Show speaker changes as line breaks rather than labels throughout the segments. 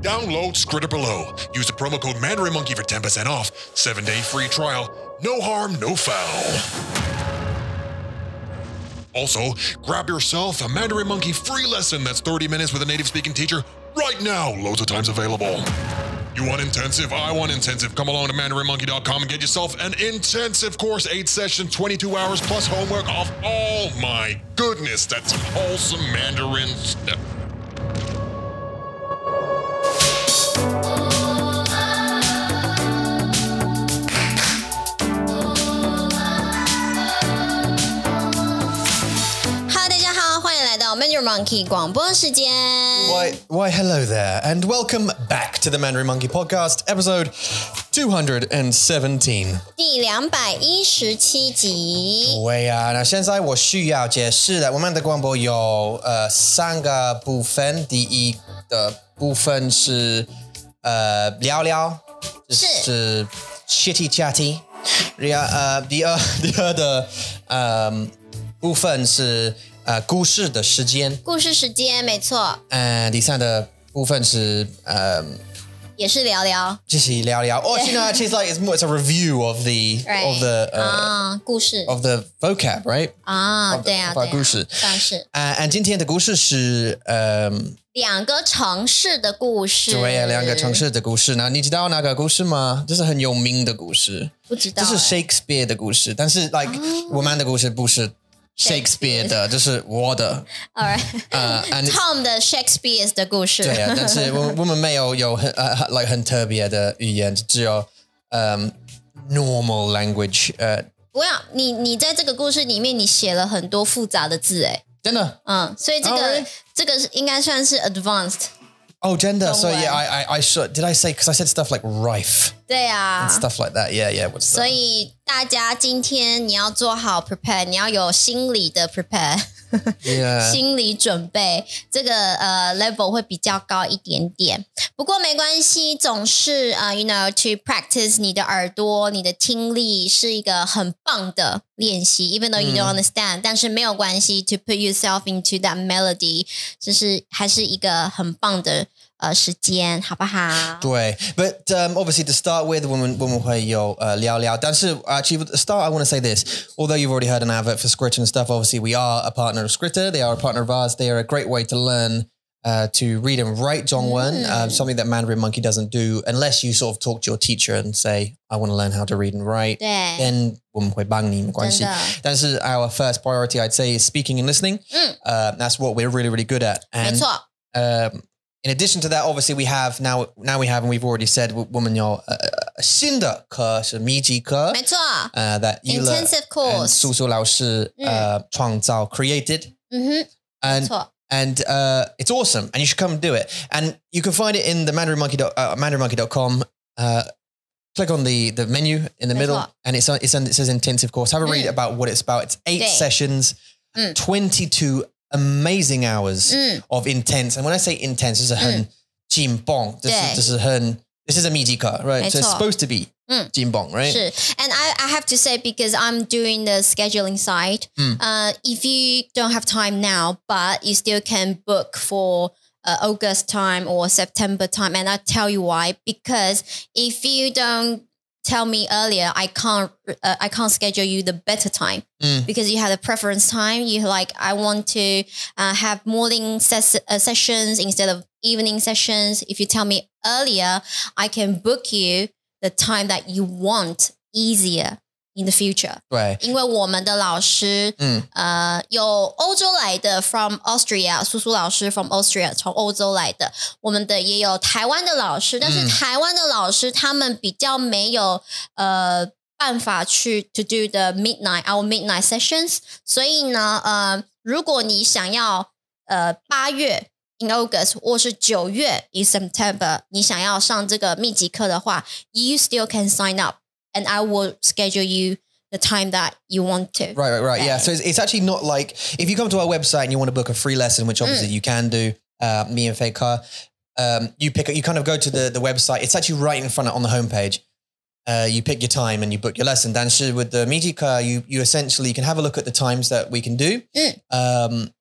Download Scritter Below. Use the promo code Mandarin Monkey for 10% off. Seven day free trial. No harm, no foul. Also, grab yourself a Mandarin Monkey free lesson that's 30 minutes with a native speaking teacher right now. Loads of times available. You want intensive? I want intensive. Come along to mandarinmonkey.com and get yourself an intensive course, eight sessions, 22 hours plus homework off. Oh my goodness, that's some wholesome Mandarin stuff.
Hello，大家好，欢迎来到 Manager Monkey 广播时间。
Why, why, hello there, and welcome back to the Mandarin Monkey Podcast, episode 217.
第两百一十七集，
uh, uh, 对呀、啊，那现在我需要解释的。我们的广播有呃三个部分，第一的部分是呃聊聊，是是 uh, shitty uh, uh, chatty，然后呃第二第二的呃部分是呃故事的时间。
故事时间，没错，
呃，第三的部分是呃，
也是聊聊，
继续聊聊。哦，现在 she's like it's more it's a review of the
right？Ah.
of the 呃、
啊，故事
of the vocab right
啊，
of the-
对啊，
of our
对啊
哦故事
算是
啊、呃，今天的故事是呃，
两个城市的故事。
对啊，两个城市的故事呢。你知道哪个故事吗？这是很有名的故事，
不知道
这
欸，
是 Shakespeare 的故事，但是 like、我们的故事不是 Shakespeare 的，这是我的
All right，
呃，and it's-
Tom 的 Shakespeare 的故事。
对啊，但是我我们没有有很呃很 like 很特别的语言，只有嗯、normal language 呃
不要你，你在这个故事里面，你写了很多复杂的字，哎，
真的
嗯，所以这
哦
个
，really？
这个是应该算是 advanced。
哦真的
中
Oh, ，so
文
yeah I I I should did I say because I said stuff like rife
对啊
and stuff like that yeah yeah what's
所
that
以大家今天你要做好 prepare，你要有心理的 prepare，、
yeah
心理准备，这个呃 level 会比较高一点点。不过没关系，总是呃，you know to practice 你的耳朵，你的听力是一个很棒的练习，even though you
嗯
don't understand，、但是没有关系，to put yourself into that melody，就是还是一个很棒的呃时间，好不好？
对，but um, obviously to start with 我们我们会有呃聊聊，但是 actually to start I want to say this although you've already heard an advert for Scritter and stuff obviously we are a partner of Scritter they are a partner of ours they are a great way to learn uh, to read and write Zhongwen, um, something that Mandarin Monkey doesn't do unless you sort of talk to your teacher and say, I want to learn how to read and write.
对
Then 我们会帮你，没关系。
真的。
但是 our first priority, I'd say, is speaking and listening.
嗯。
Uh, that's what we're really, really good at.
没
And
错。
um, in addition to that, obviously, we have now, now we have, and we've already said, uh, 我们有新的课是密集课
没错，
uh, that you learn
intensive
and
course，
叔叔老师呃、创造created
嗯哼，没
and
错。
and uh, it's awesome and you should come and do it and you can find it in the mandarinmonkey dot- uh, mandarinmonkey.com uh, click on the the menu in the
That's
middle
what-
and it's on, it's on, it says intensive course have a read
Mm.
about what it's about it's eight
Okay.
sessions
Mm.
22 amazing hours
嗯，
of intense and when I say intense this is a
Mm.
hun jimbong this,
Yeah.
is, this is a hun this is a mijika right so it's
That's what-
supposed to be
Mm.
jimbong right
是，and I I have to say because I'm doing the scheduling side.
嗯
Uh, if you don't have time now, but you still can book for uh, August time or September time, and I tell you why because if you don't tell me earlier, I can't uh, I can't schedule you the better time
Mm.
because you had a preference time. You like I want to uh, have morning ses- uh, sessions instead of evening sessions. If you tell me earlier, I can book you the time that you want easier in the future.
对
因为我们的老师，
嗯
嗯，呃，有欧洲来的，from Austria，苏苏老师 from Austria，从欧洲来的，我们的也有台湾的老师，但是
嗯
台湾的老师他们比较没有呃办法去 to do the midnight our midnight sessions，所以呢，呃，如果你想要呃八月 in August 或是九月 in September，你想要上这个密集课的话，you still can sign up and I will schedule you the time that you want to。
Right, right, right. Yeah.
Okay.
So it's, it's actually not like if you come to our website and you want to book a free lesson, which obviously you can do, uh, me and Fake Car, um, you pick, you kind of go to the, the website. It's actually right in front of, on the homepage. Uh, you pick your time and you book your lesson. Then so with the Meiji car, you, you essentially can have a look at the times that we can do.
Mm.
Um,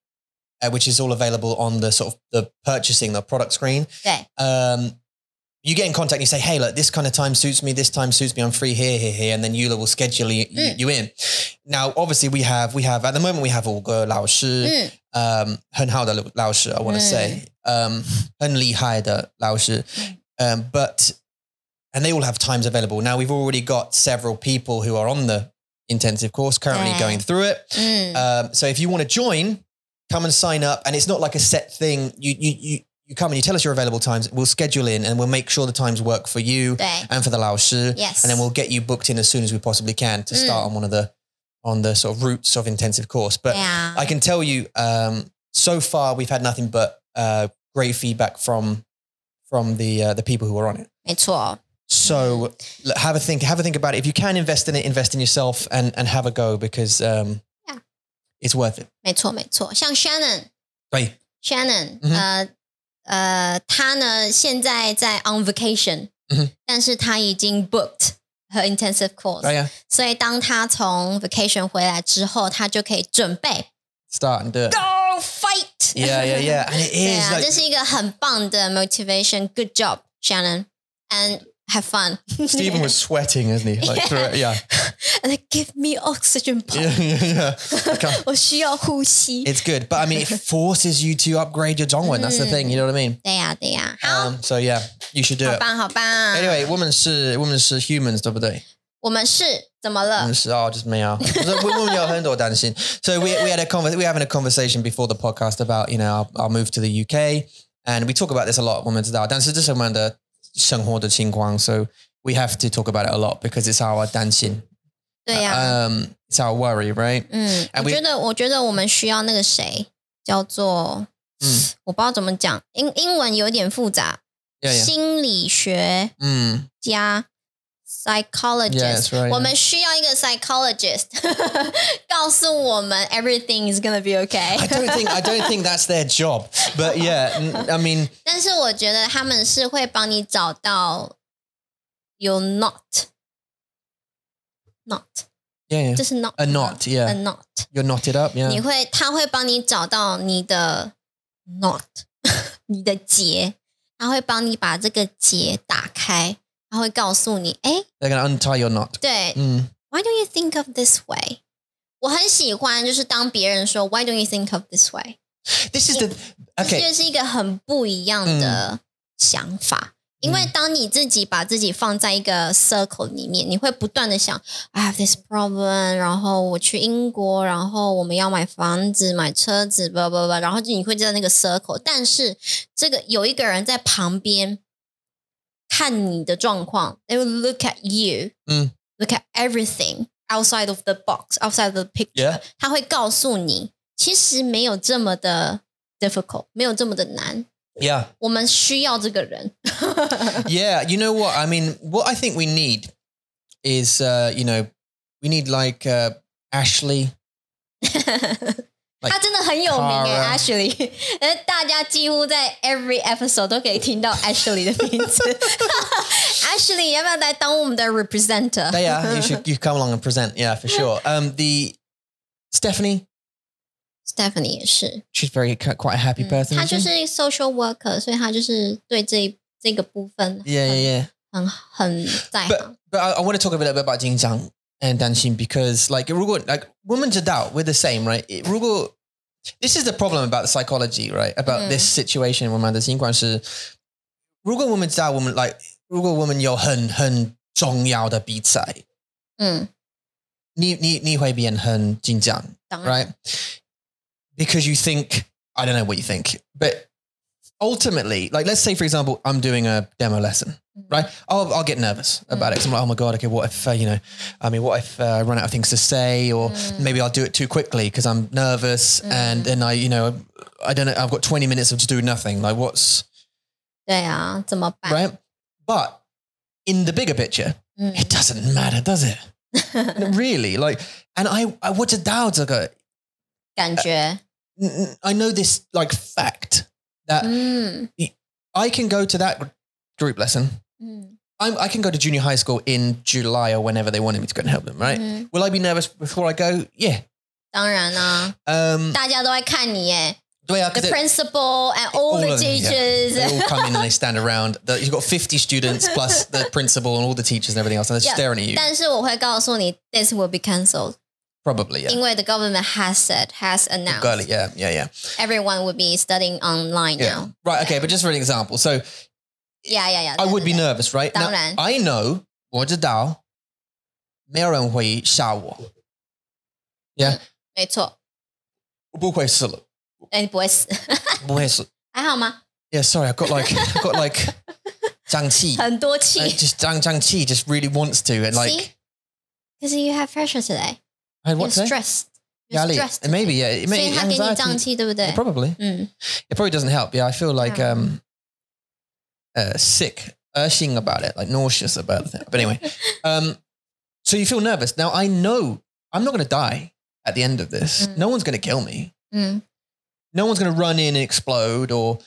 uh, which is all available on the sort of the purchasing, the product screen.
对
Um, you get in contact and you say, hey, look, this kind of time suits me, this time suits me, I'm free here, here, here. And then Eula will schedule you,
Mm.
you in. Now, obviously, we have, we have, at the moment, we have all the
嗯
um, 很好的老师, I want to
Mm.
say, um, 很厉害的老师. Um, but, and they all have times available. Now we've already got several people who are on the intensive course currently
Yeah. Mm.
going through it.
嗯
Um, so if you want to join, come and sign up. And it's not like a set thing. You, you, you, you come and you tell us your available times. We'll schedule in and we'll make sure the times work for you
对
and for the 老师.
，yes，
And then we'll get you booked in as soon as we possibly can to start on one of the, on the sort of routes of intensive course. But
对啊
I can tell you, um, so far we've had nothing but uh, great feedback from from the uh, the people who are on it.
没错，
So look, have a think, have a think about it. If you can invest in it, invest in yourself and and have a go because um,
Yeah.
it's worth it.
没错，没错。像 Shannon，Shannon，
Right. 嗯哼
呃呃，他呢现在在 on vacation，
嗯哼
但是他已经 booked 和 intensive course，
Oh yeah,
所以当他从 vacation 回来之后，他就可以准备
start and do it.
go fight。
Yeah, yeah, yeah. And it
对
is
啊，
like
这是一个很棒的 motivation。Good job, Shannon, and have fun.
Stephen was sweating, isn't he? Like through it. Yeah,
And then give me oxygen pump.
yeah, yeah. yeah. I can't-
我需要呼吸。
It's good, but I mean, it forces you to upgrade your Dongwon. That's the thing. You know what I mean?
对呀、对呀、好，
Um, so yeah, you should do
好
it.
棒，好棒。
Anyway, uh, women 是 women 是 humans 对不对？
我们是怎么
嗯
了？
oh, 我们是哦，就是没有。我说我们有很多担心。So we we had a conver- we were having a conversation before the podcast about you know our, our move to the UK, and we talk about this a lot. 我们知道，但是这是我们的生活的情况，so we have to talk about it a lot because it's our 担心，
对呀、
um, it's our worry, right?
嗯，我
and we-
觉得，我觉得我们需要那个谁，叫做，
嗯
我不知道怎么讲，英英文有点复杂
Yeah, yeah.
心理学
Mm.
家
Yeah,
psychologist，、
that's right.
我们需要一个 psychologist 告诉我们 everything is gonna be
I
okay。
don't think I don't think that's their job, but yeah, n- I mean,
但是我觉得他们是会帮你找到 you not not，
yeah, yeah.
这是 not
a knot, yeah.
a not，
You're knotted up,
你
yeah.
会，他会帮你找到你的 knot，你的结，他会帮你把这个结打开，他会告诉你，哎，
They're gonna untie your knot.
对
Mm.
，Why don't you think of this way？我很喜欢，就是当别人说 Why don't you think of this way？
This is the
这
okay.
就是一个很不一样的想法。因为当你自己把自己放在一个 circle 里面，你会不断的想，I have this problem，然后我去英国，然后我们要买房子、买车子，不不不，然后你会在那个 circle。但是这个有一个人在旁边看你的状况，they will look at you，
嗯
，look at everything outside of the box，outside of the picture，、
Yeah.
他会告诉你，其实没有这么的 difficult，没有这么的难，
Yeah.
我们需要这个人。
yeah, you know what? I mean, what I think we need is, uh, you know, we need like uh, Ashley.
他真的很有名哎
Cara
，Ashley，呃， 大家几乎在 every episode 都可以听到 Ashley 的名 字。Ashley，你要不要来当我们的 representer？
They are. You should you come along and present. Yeah, for sure. Um, the Stephanie,
Stephanie 也是，
she's very quite a happy
嗯
person.
她
isn't
就
she?
是 social worker，所以她就是对这这个部分
Yeah, yeah, yeah.
很很在
But
行。
but I, I want to talk a little bit about Xinjiang and Danshin because like 如果 like women to doubt we're the same right 如果 this is the problem about the psychology right about
Mm.
this situation 我们的情况是如果 women 知道 women like 如果 women 有很很重要的比赛你你你会变很紧张
嗯，当然
right because you think I don't know what you think but ultimately like let's say for example I'm doing a demo lesson
嗯
right? I'll, I'll get nervous about it 'cause I'm like, oh my God, okay, what if, uh, you know, I mean, what if uh, I run out of things to say or
Mm.
maybe I'll do it too quickly because I'm nervous and then I, you know, I don't know, I've got 20 minutes of just doing nothing. Like what's,
对啊，怎么办？
right? But in the bigger picture,
嗯
it doesn't matter, does it? really? Like, and I, I what's a doubt? I go,
感觉，
"N- n- I know this like fact that
Mm. 嗯
I can go to that group lesson.
嗯
I'm, I can go to junior high school in July or whenever they wanted me to go and help them, right?
嗯，
Will I be nervous before I go? Yeah.
当然啦、
Um,
大家都在看你耶，
对啊,
the
'cause it-
principal and all, the
of them, yeah.
teachers.
They all come in and they stand around. The- You've got 50 students plus the principal and all the teachers and everything else, and they're
Yeah,
staring at you.
但是我会告诉你，this will be cancelled，、
Probably, yeah.
因为 the government has said has announced
Got it, yeah, yeah, yeah.
everyone will be studying online
Yeah.
now.
Right, okay, but just for an example. So
Yeah, yeah, yeah.
I would be
对对对
nervous, right? Now,
当然。
I know, 我知道,没有人会杀我。
没错，
我不会死了。
哎，你不会死，
不会死。
还好吗？
Yeah, sorry, I've got like, I've got like, 胀气.
很多气
Uh, just Zhang Zhang Qi just really wants to, and like
See? because you have pressure today.
I had
You're
what today?
stressed. You're
Yali.
stressed.
Maybe yeah, it
所
may
以他给你胀
anxiety.
气，对不对
Yeah,？probably
嗯，
it probably doesn't help. Yeah, I feel like
Yeah.
um, uh, sick, ushing about it, like nauseous about it. But anyway, um, so you feel nervous now. I know I'm not going to die at the end of this.
Mm.
No one's going to kill me.
嗯，
No one's going to run in and explode, or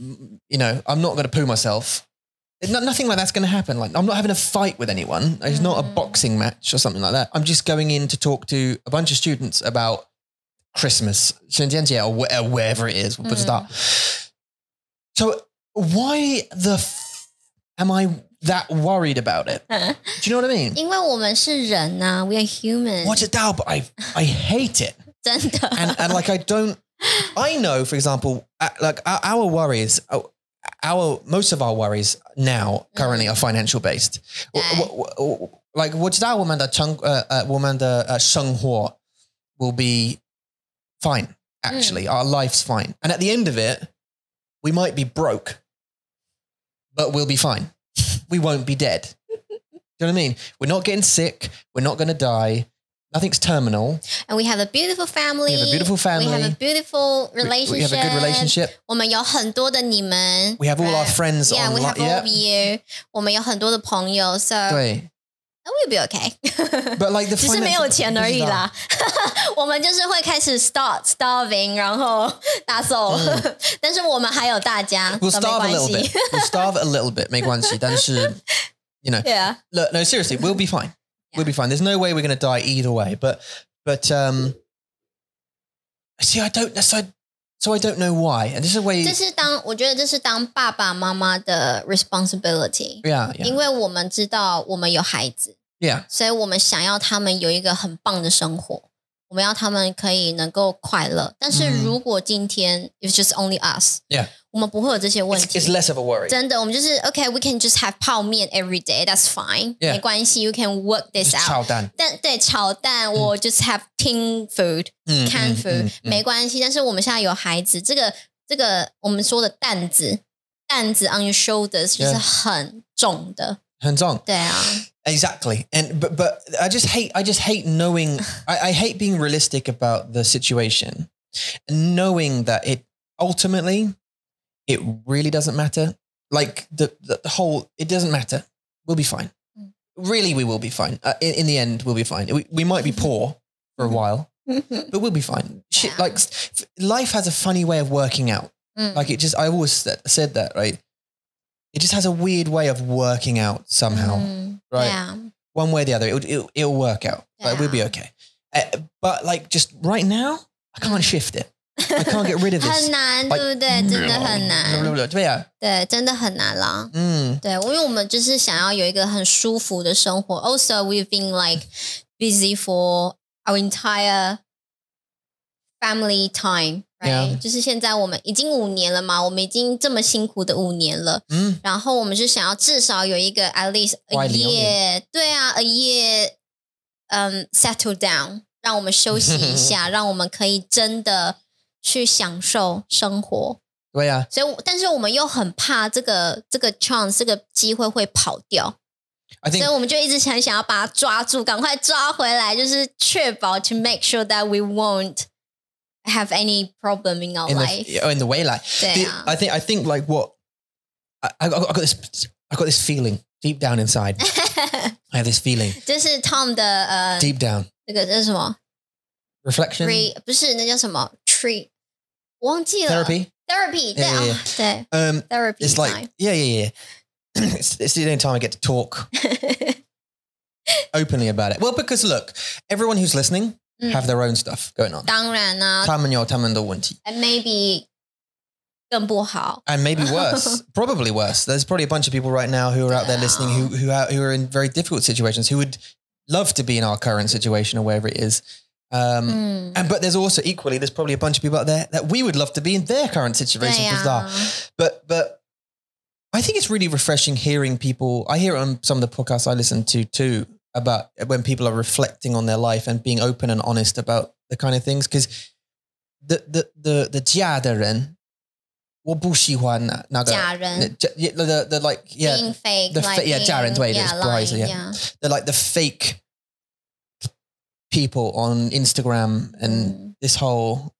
mm, you know, I'm not going to poo myself. No, nothing like that's going to happen. Like I'm not having a fight with anyone. It's not a
Mm.
boxing match or something like that. I'm just going in to talk to a bunch of students about Christmas, 圣诞节 or wh- or wherever it is. We'll put it
Mm.
up. So why the f- am I that worried about it? Do you know what I mean?
因为我们是人呐、w e are human，
What's it doubt? But I I hate it.
真的。
and and like I don't. I know, for example, uh, like our, our worries, uh, our most of our worries now currently are financial based. W-
Yeah.
w- w- Like, what's that woman that Chung, uh, uh, woman the uh, Shenghua will be fine. Actually,
Hmm.
our life's fine, and at the end of it, we might be broke, but we'll be fine. we won't be dead. Do you know what I mean? We're not getting sick. We're not going to die. Nothing's terminal.
And we have a beautiful family.
We have a beautiful
We
family.
have a beautiful
We-
relationship.
We have a good relationship.
我们有很多的你们。
We have all our
right?
friends
Yeah, we
online.
have all uh, of you. 我们有很多的朋友，so we'll be okay.
But like the
只是
financial-
没有钱而已啦。 我们就是会开始 start starving，然后打手， 但是我们还有大家，
嗯 We'll
都没
starve
关
a little
系
bit. We'll starve a little bit. 没关系，但是 you know,
Yeah.
look, no, seriously, we'll be fine. We'll be fine. There's no way we're going to die either way. But but um, see, I don't. So I, so I don't know why. And this is where you,
这是当我觉得这是当爸爸妈妈的 responsibility，、
yeah, yeah,
因为我们知道我们有孩子，
yeah.
所以我们想要他们有一个很棒的生活，我们要他们可以能够快乐。但是
嗯
如果今天、it's just only us，
Yeah.
我们不会有这些问
It's,
题。
it's less of a worry.
真的，我们就是 OK，we、can just have 泡面 every day，that's fine，、
Yeah.
没关系，you can work this
Just 嗯
out。
chow down.
但对炒蛋，我 just have tin food。
Mm,
can
mm,
food、
mm, mm.
没关系，但是我们现在有孩子，这个这个我们说的担子，担子 on your shoulders 就是很重的，
Hands on.
对啊，
Exactly, and but but I just hate I just hate knowing I, I hate being realistic about the situation, and knowing that it ultimately it really doesn't matter. Like the the, the whole it doesn't matter. We'll be fine.
Mm.
Really, we will be fine. Uh, in, in the end, we'll be fine. We, we might be poor for a while,
嗯
but we'll be fine. Shit,
Yeah. Mm.
like s- life has a funny way of working out.
嗯
Like it just I always said, said that right. It just has a weird way of working out somehow
嗯，
right.
对啊，
one way or the other, it'll, it'll, it'll work out. Like, we'll be okay. Uh, but like just right now, I can't shift it. I can't get rid of
很
this. Mm.
难，
Like-
对不对？真的很 难，
yeah.
对，真的很难啦。
Mm.
对，因为我们就是想要有一个很舒服的生活。Also, we've been like busy for our entire family time, right？、
Yeah.
就是现在我们已经五年了嘛，我们已经这么辛苦的五年了。
Mm.
然后我们是想要至少有一个 at least a
Why
year，对啊，a year，嗯、s e t t l e down，让我们休息一 下，让我们可以真的去享受生活。
Yeah.
所以我，但是我们又很怕这个这个 chance 这个机会会跑掉，
I
所
think
以我们就一直很想要把它抓住，赶快抓回来，就是确保 to make sure that we won't have any problem in our
in
life。
the, oh, in the way, like,
对
the-
啊，
I think, I think like what I, I, got, I got this, I got this feeling deep down inside. I have this feeling
这是 Tom 的呃
deep down
那个这是什么
reflection
？re 不是那叫什么 tree，我忘记了
therapy.
therapy 对
Yeah, yeah,
啊对
Um,
therapy
it's like,
time
yeah, yeah, yeah. it's, it's the only time I get to talk openly about it. Well, because look, everyone who's listening, have their own stuff going on.
当然啦、
他们有他们的问题。
a n d maybe 更不好。
And maybe worse, probably worse. There's probably a bunch of people right now who are out there listening who who are, who are in very difficult situations who would love to be in our current situation or wherever it is. Um,
嗯，
And but there's also equally there's probably a bunch of people out there that we would love to be in their
对啊
current situation
呀、
because but but I think it's really refreshing hearing people. I hear it on some of the podcasts I listen to too about when people are reflecting on their life and being open and honest about the kind of things because the the the the 家的人，我不喜欢那那个
假人
the, the the like yeah
being fake，
the fa-
like
yeah，假人
being-
呃对的
yeah,
不好意思
lying,
yeah they're like the fake people on Instagram and
Mm.
this whole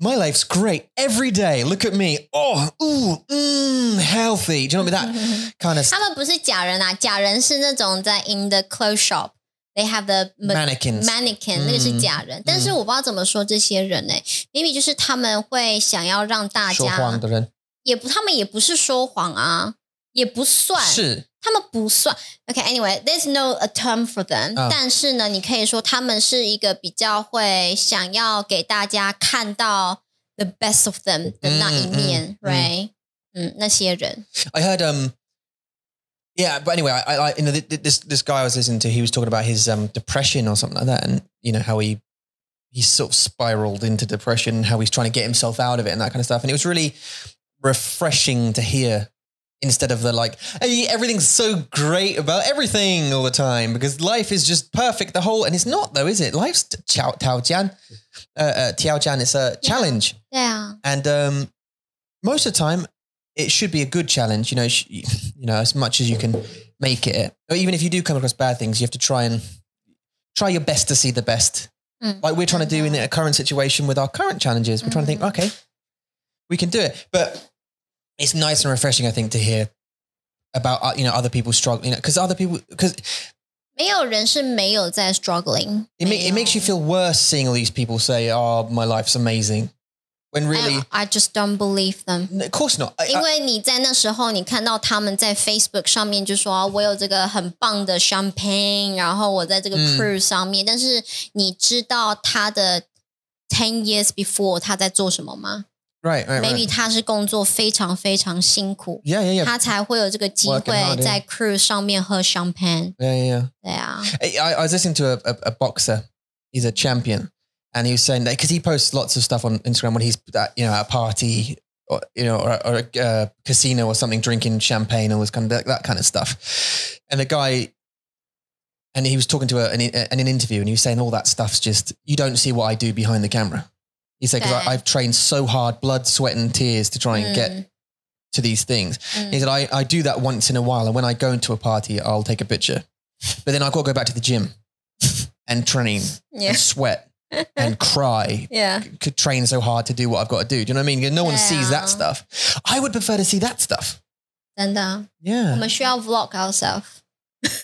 my life's great every day. Look at me. Oh, ooh, mm, healthy. Do you know what I mean?
Mm-hmm.
That kind of
他们不是假人啊，假人是那种在 in the clothes shop they have the ma-
mannequins.
mannequin，、
嗯
那个是假人，但是我不知道怎么说这些人呢、明 maybe 就是他们会想要让大家，
说谎的人。
也不，他们也不是说谎啊，也不算，
是。
他们不算。OK，anyway，there's、no a term for them、
啊
但是呢，你可以说他们是一个比较会想要给大家看到 the best of them 的那一面、
嗯嗯
r i g h t 嗯，那些人，
I heard um yeah, but anyway, I, I you know th- th- this this guy I was listening to, he was talking about his um depression or something like that, and you know how he he sort of spiraled into depression, how he's trying to get himself out of it and that kind of stuff, and it was really refreshing to hear instead of the like hey, everything's so great about everything all the time because life is just perfect the whole and it's not though is it life's t- chao tao jian uh, uh tiao jian it's a
Yeah.
challenge
对啊，
and um, most of the time, it should be a good challenge. You know, sh- you know, as much as you can make it. But even if you do come across bad things, you have to try and try your best to see the best.
Mm.
Like we're trying to do in a current situation with our current challenges. We're trying to think, okay, we can do it. But it's nice and refreshing, I think, to hear about uh, you know other people struggling. You know, because other people because
没有人是没有在 struggling，
it, ma- it makes you feel worse seeing all these people say, "Oh, my life's amazing," when really,
I, I just don't believe them。
of course not. I- I-
因为你在那时候，你看到他们在 Facebook 上面就说、啊我有这个很棒的 champagne，然后我在这个
嗯
cruise 上面，但是你知道他的 ten years before 他在做什么吗、
right, right,
m a y b
right.
e 他是工作非常非常辛苦，
Yeah, yeah, yeah.
他才会有这个机
Working hard,
会
yeah.
在 cruise 上面喝 champagne。
Yeah, yeah, yeah.
对啊，
I, I- I was listening to a, a, a boxer. He's a champion, and he was saying that because he posts lots of stuff on Instagram when he's at, you know at a party or you know or, or a uh, casino or something, drinking champagne, all this kind of that, that kind of stuff. And the guy, and he was talking to a, an, in an interview, and he was saying all that stuff's just you don't see what I do behind the camera. He said because
Okay.
I've trained so hard, blood, sweat, and tears to try and get
Mm.
to these things.
Mm.
He said I, I do that once in a while, and when I go into a party, I'll take a picture, but then I've got to go back to the gym and train and sweat and cry.
yeah，yeah，
Could train so hard to do what I've got to do. Do you know what I mean? No one sees
Yeah.
that stuff. I would prefer to see that stuff.
真的，我
Yeah,
们需要 vlog ourselves，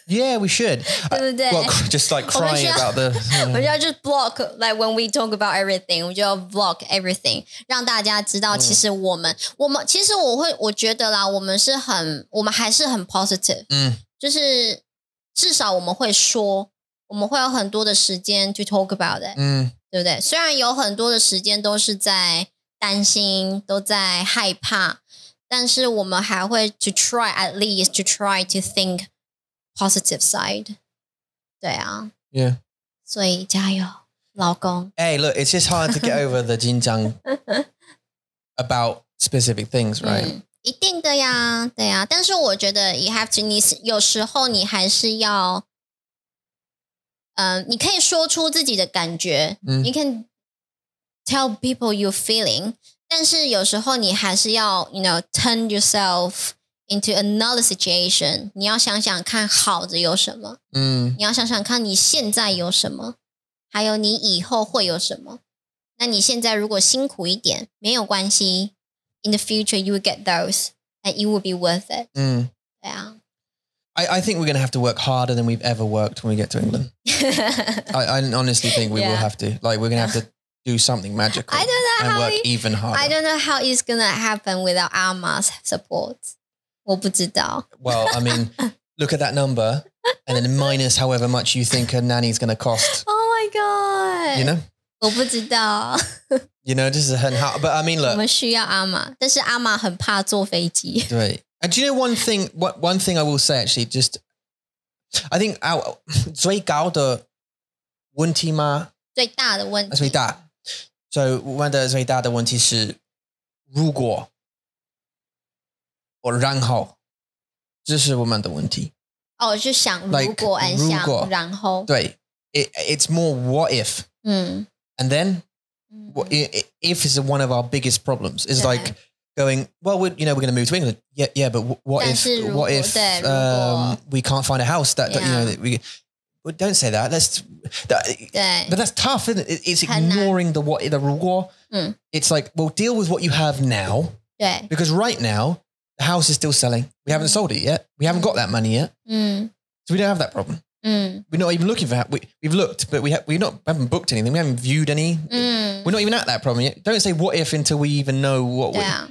yeah, we should. I-
对不对？
well, just like
Oh,
crying
yeah.
about the.
我们就要去 block like when we talk about everything，我就要 block everything，让大家知道，
嗯
其实我们、我们其实我会我觉得啦，我们是很我们还是很 positive，
嗯，
就是至少我们会说，我们会有很多的时间去 talk about it，、
Mm,
对不对？虽然有很多的时间都是在担心，都在害怕，但是我们还会 to try at least to try to think positive side，对啊。
yeah.
所以加油，老公。
Hey, look, it's just hard to get over the Jinjiang about specific things, right?
嗯，一定的呀，对呀。但是我觉得 you have to，你是有时候你还是要，嗯、你可以说出自己的感觉，
嗯
你 can tell people your feeling，但是有时候你还是要，you know, turn yourself into another situation。你要想想看好的有什么，
Mm,
你要想想看你现在有什么，还有你以后会有什么。那你现在如果辛苦一点，没有关系。In the future, you will get those, and it will be worth it.
mm.
对啊，
I, I think we're going to have to work harder than we've ever worked when we get to England. I, I honestly think we will
Yeah.
have to. Like, we're going to have to do something magical
I don't know
and
how
work
it-
even harder.
I don't know how it's gonna happen without Alma's support. 我不知道。
Well, I mean, look at that number and then minus however much you think a nanny's going to cost.
Oh my god！
You know,
我不知道，
you know, this is 很好. But I mean,
我
look,
们需要阿玛，但是阿玛很怕坐飞机。
Right. And do you know one thing? What one thing I will say actually, just I think our 最高的问题吗？最大。
最大
So
的问题，
问的最大的问题是如果，我然后，这是我们的问题。对，it
哦，我就想如
Like，
果安
如
想
果，
然后，
it's more what if
嗯，
and then
嗯
what, i- i- if is one of our biggest problems is
Mm-hmm. Yeah.
like going well we you know we're going to move to england yeah yeah but wh- what if
但是如果-
what if
对，如果-
um, we can't find a house that, that, you know
Yeah.
that we well, don't say that let's that,
对
but that's tough isn't it It- it's
很难。
ignoring the what the war
Mm.
it's like well deal with what you have now
对，
because right now the house is still selling we haven't sold it yet we haven't got that money yet
嗯
so we don't have that problem
嗯
we're not even looking for we, we've looked but we, ha- we've not we haven't booked anything we haven't viewed any
嗯，
we're not even at that problem yet. Don't say what if until we even know what we,
对啊，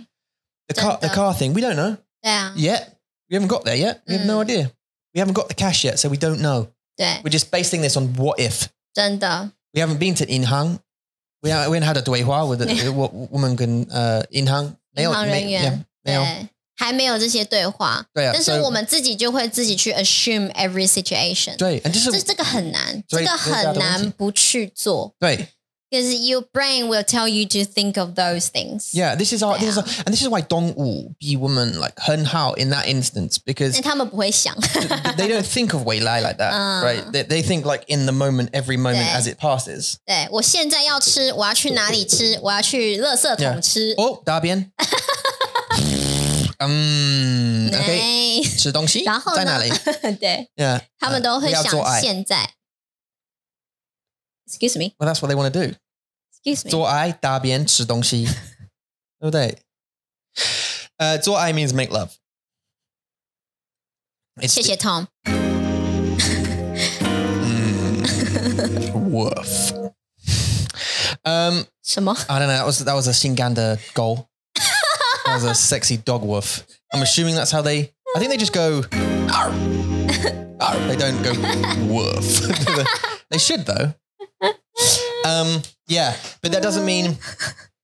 the car the
Don't- Hmm.
car thing. We don't know
对啊，
yet. We haven't got there yet. We have no
Mm.
idea. We haven't got the cash yet, so we don't know.
对，
We're just basing this on what if.
真的，
We haven't been to Inhang. We haven't, we haven't had a Duihua with a what woman can uh Inhang.
银行人员。对，还没有这些对话，
啊
但是我们自己就会自己去 assume every situation，
and this
这
is
这个很难，
所
这
以
个很
最大的问
难
题
不去做。Because your brain will tell you to think of those things.
yeah, this is our this is our, and this is why Dong Wu be woman like Hen Hao in that instance because
那他们不会想，
they don't think of Wei Lai like that,
Ah.
right? They, they think like in the moment, every moment
Yeah.
as it passes.
对我现在要吃，我要去哪里吃，我要去垃圾桶吃。
Oh, Darbian. um, okay.
哎
吃东西
然后呢
在哪里？？
对
Yeah.
他们都会想
不要做爱。
现在。Excuse me,
Well, that's what they want to do.
excuse me.
做爱、搭边、吃东西，对不对？Uh, 呃做爱 means make love. It's
谢谢 Tom。
woof. Um,
什 么？
I don't know. That was that was a Singanda goal. that was a sexy dog woof. I'm assuming that's how they. I think they just go. "Arr!" Arr. They don't go woof. they should though. Um. Yeah, but that doesn't mean.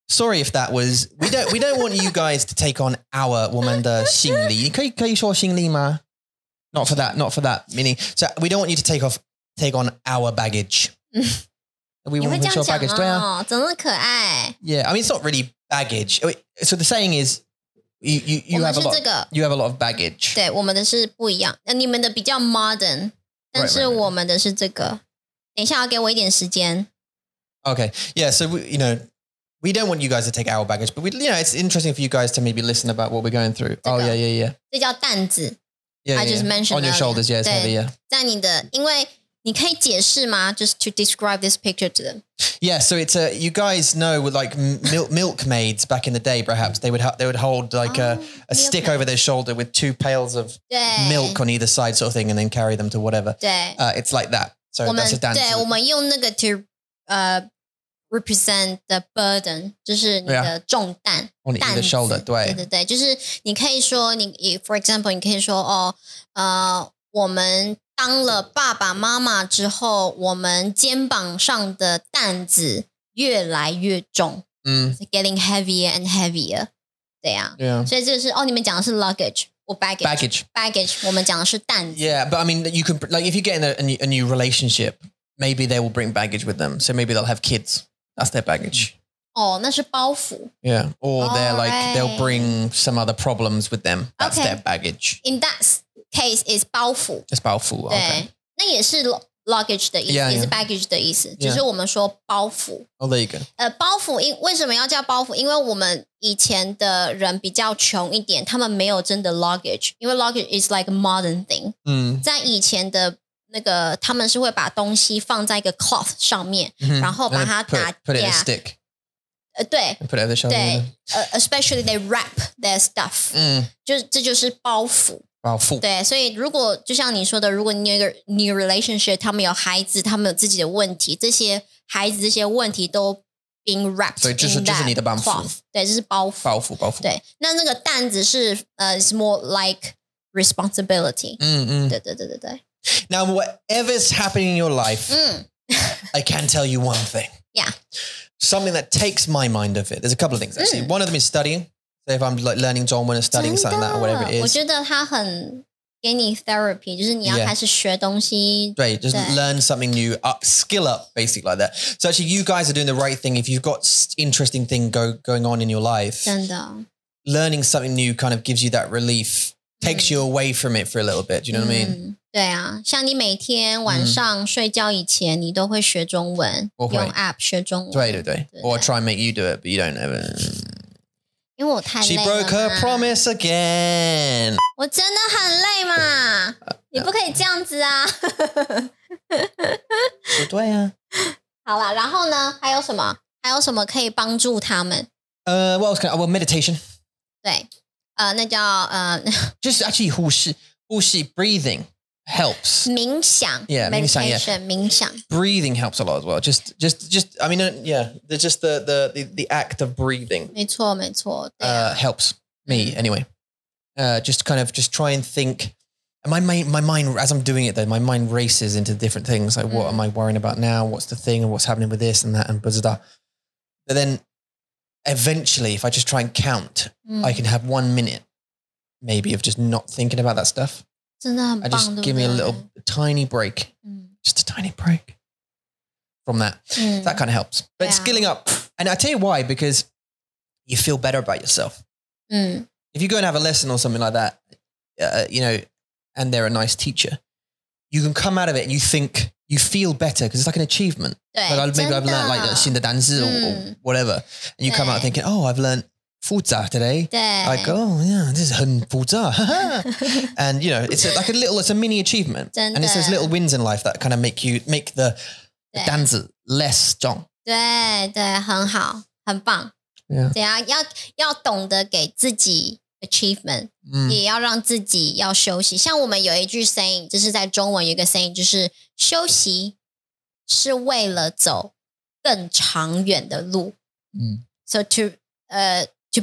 Sorry if that was. We don't. We don't want you guys to take on our womanda Xingli. ma? Not for that. Not for that. Meaning, so we don't want you to take off. Take on our baggage. we
你会
want
这样
to
讲
your baggage. 对啊。
哦，怎么那么可爱？
Yeah, I mean it's not really baggage. Oh, wait, So the saying is, you you,
我
you
们
have a
是
lot
这个，
you have a lot of baggage.
对，我们的是不一样。呃，你们的比较 modern，但
Right,
是
right, right.
我们的是这个。等一下，要给我一点时间。
Okay, yeah. So we, you know, we don't want you guys to take our baggage, but we you know it's interesting for you guys to maybe listen about what we're going through. Oh
go.
yeah, yeah, yeah,
这叫担子，
yeah.
I
yeah,
just
yeah.
mentioned
on your
earlier.
shoulders. Yeah, it's heavy. Yeah,
在你的，因为你可以解释吗？Just to describe this picture to them。
yeah. So it's a you guys know with like m- milk milkmaids back in the day, perhaps they would ha- they would hold like a,
Oh,
a stick over their shoulder with two pails of
对
milk on either side, sort of thing, and then carry them to whatever.
对，
Uh, it's like that. So
我
that's
们
a dance.
对我们用那个 to 呃 represent the burden，就是你
Yeah.
的重担。
on
担子
either shoulder.
对对对，就是你可以说你你，for example，你可以说哦，呃，我们当了爸爸妈妈之后，我们肩膀上的担子越来越重
Mm.
，it's，getting heavier and heavier。对呀、
Yeah.
所以这个是哦，你们讲的是 luggage，我 baggage
Baggage.
baggage，我们讲的是担子。
Yeah, but I mean, you can like if you get in a, a, new, a new relationship, maybe they will bring baggage with them. So maybe they'll have kids. That's their baggage.
哦，那是包袱。
Yeah, or they're like they'll
Alright.
bring some other problems with them. That's
Okay.
their baggage.
In that case is 包袱，
It's powerful.
对
Okay.
那也是 luggage 的意思
Yeah,
也是
yeah.
baggage 的意思
Yeah.
只是我们说包袱。
Oh, there you go.
呃，包袱因为什么要叫包袱？因为我们以前的人比较穷一点，他们没有真的 luggage，因为 luggage is like a modern thing。
Mm.
在以前的那个，他们是会把东西放在一个 cloth 上面，
Mhm.
然后把它
And then put,
打-
put it in a
yeah.
stick
呃，对
and put it over the shoulder.
对，呃，especially they wrap their stuff，、
Mm.
就这就是包袱。
Powerful.
对，所以如果就像你说的，如果你有一个 new relationship，他们有孩子，他们有自己的问题，这些孩子这些问题都 being wrapped，
所以这是
in
这是你的
that
包袱
cloth 对，这是包袱。
Powerful. Powerful.
对，那那个担子是呃、i s more like responsibility。
Mm, mm.
对对对对对，
Now, whatever's happening in your life,
嗯，
I can tell you one thing.
Yeah.
Something that takes my mind off it. There's a couple of things actually. One of them is studying. So if I'm like learning Dongwen and studying something like that or whatever
真的
it
我
is.
觉得他很给你 therapy，就是你要
Yeah
开始学东西。
Right, just
Yeah.
learn something new, up, skill up, basically like that. So actually, you guys are doing the right thing. If you've got s- interesting thing go, going on in your life,
真的，
learning something new kind of gives you that relief, takes you away from it for a little bit. Do you know what I mean? 嗯
嗯，对啊，像你每天晚上睡觉以前，你都会学中文，
我会
用 app 学中文。
对对对。Or I
对
try and make you do it, but you don't ever.
因为我太
She
累
broke
了
her
嘛
promise again.
我真的很累嘛，你不可以这样子啊。
呃 不对啊。
好啦，然后呢？还有什么？还有什么可以帮助他们？
Uh, what else can I? Well, meditation.
对，呃，那叫呃
Just actually 呼吸，呼吸 breathing helps.
冥想
Yeah，冥想，yeah
meditation，冥想。
Breathing helps a lot as well. Just, just, just. I mean, uh, yeah. There's just the the the, the act of breathing.
没错，没错，对啊、
uh, helps me anyway. Uh, just kind of just try and think. And my mind, my mind, as I'm doing it though, my mind races into different things. Like, what
Mm.
am I worrying about now? What's the thing? And what's happening with this and that and blah, blah, blah. But then eventually, if I just try and count,
嗯
I can have one minute maybe of just not thinking about that stuff.
真的很棒，
I
对
just
不
give me a
对
little tiny break,
嗯
just a tiny break from that.
嗯
That kind of helps. But
Yeah.
skilling up. And I tell you why, because you feel better about yourself.
嗯
if you go and have a lesson or something like that, uh, you know, and they're a nice teacher, you can come out of it and you think you feel better because it's like an achievement.
对
Like I, maybe
真的
I've learned like the the dances or, or
Mm.
whatever, and you come out
Yeah.
thinking, oh, I've learned fuza today.
对
Like oh yeah, this is hun fuza, and you know it's a, like a little, it's a mini achievement,
Dun
and it's those
dun.
little wins in life that kind of make you make the, the
Yeah.
dancer less strong.
对对，很好，很棒。
Yeah.
对啊，要要懂得给自己 achievement，、
Mm.
也要让自己要休息。像我们有一句 saying，就是在中文有一个 saying，就是休息是为了走更长远的路。
嗯
，so to 呃、to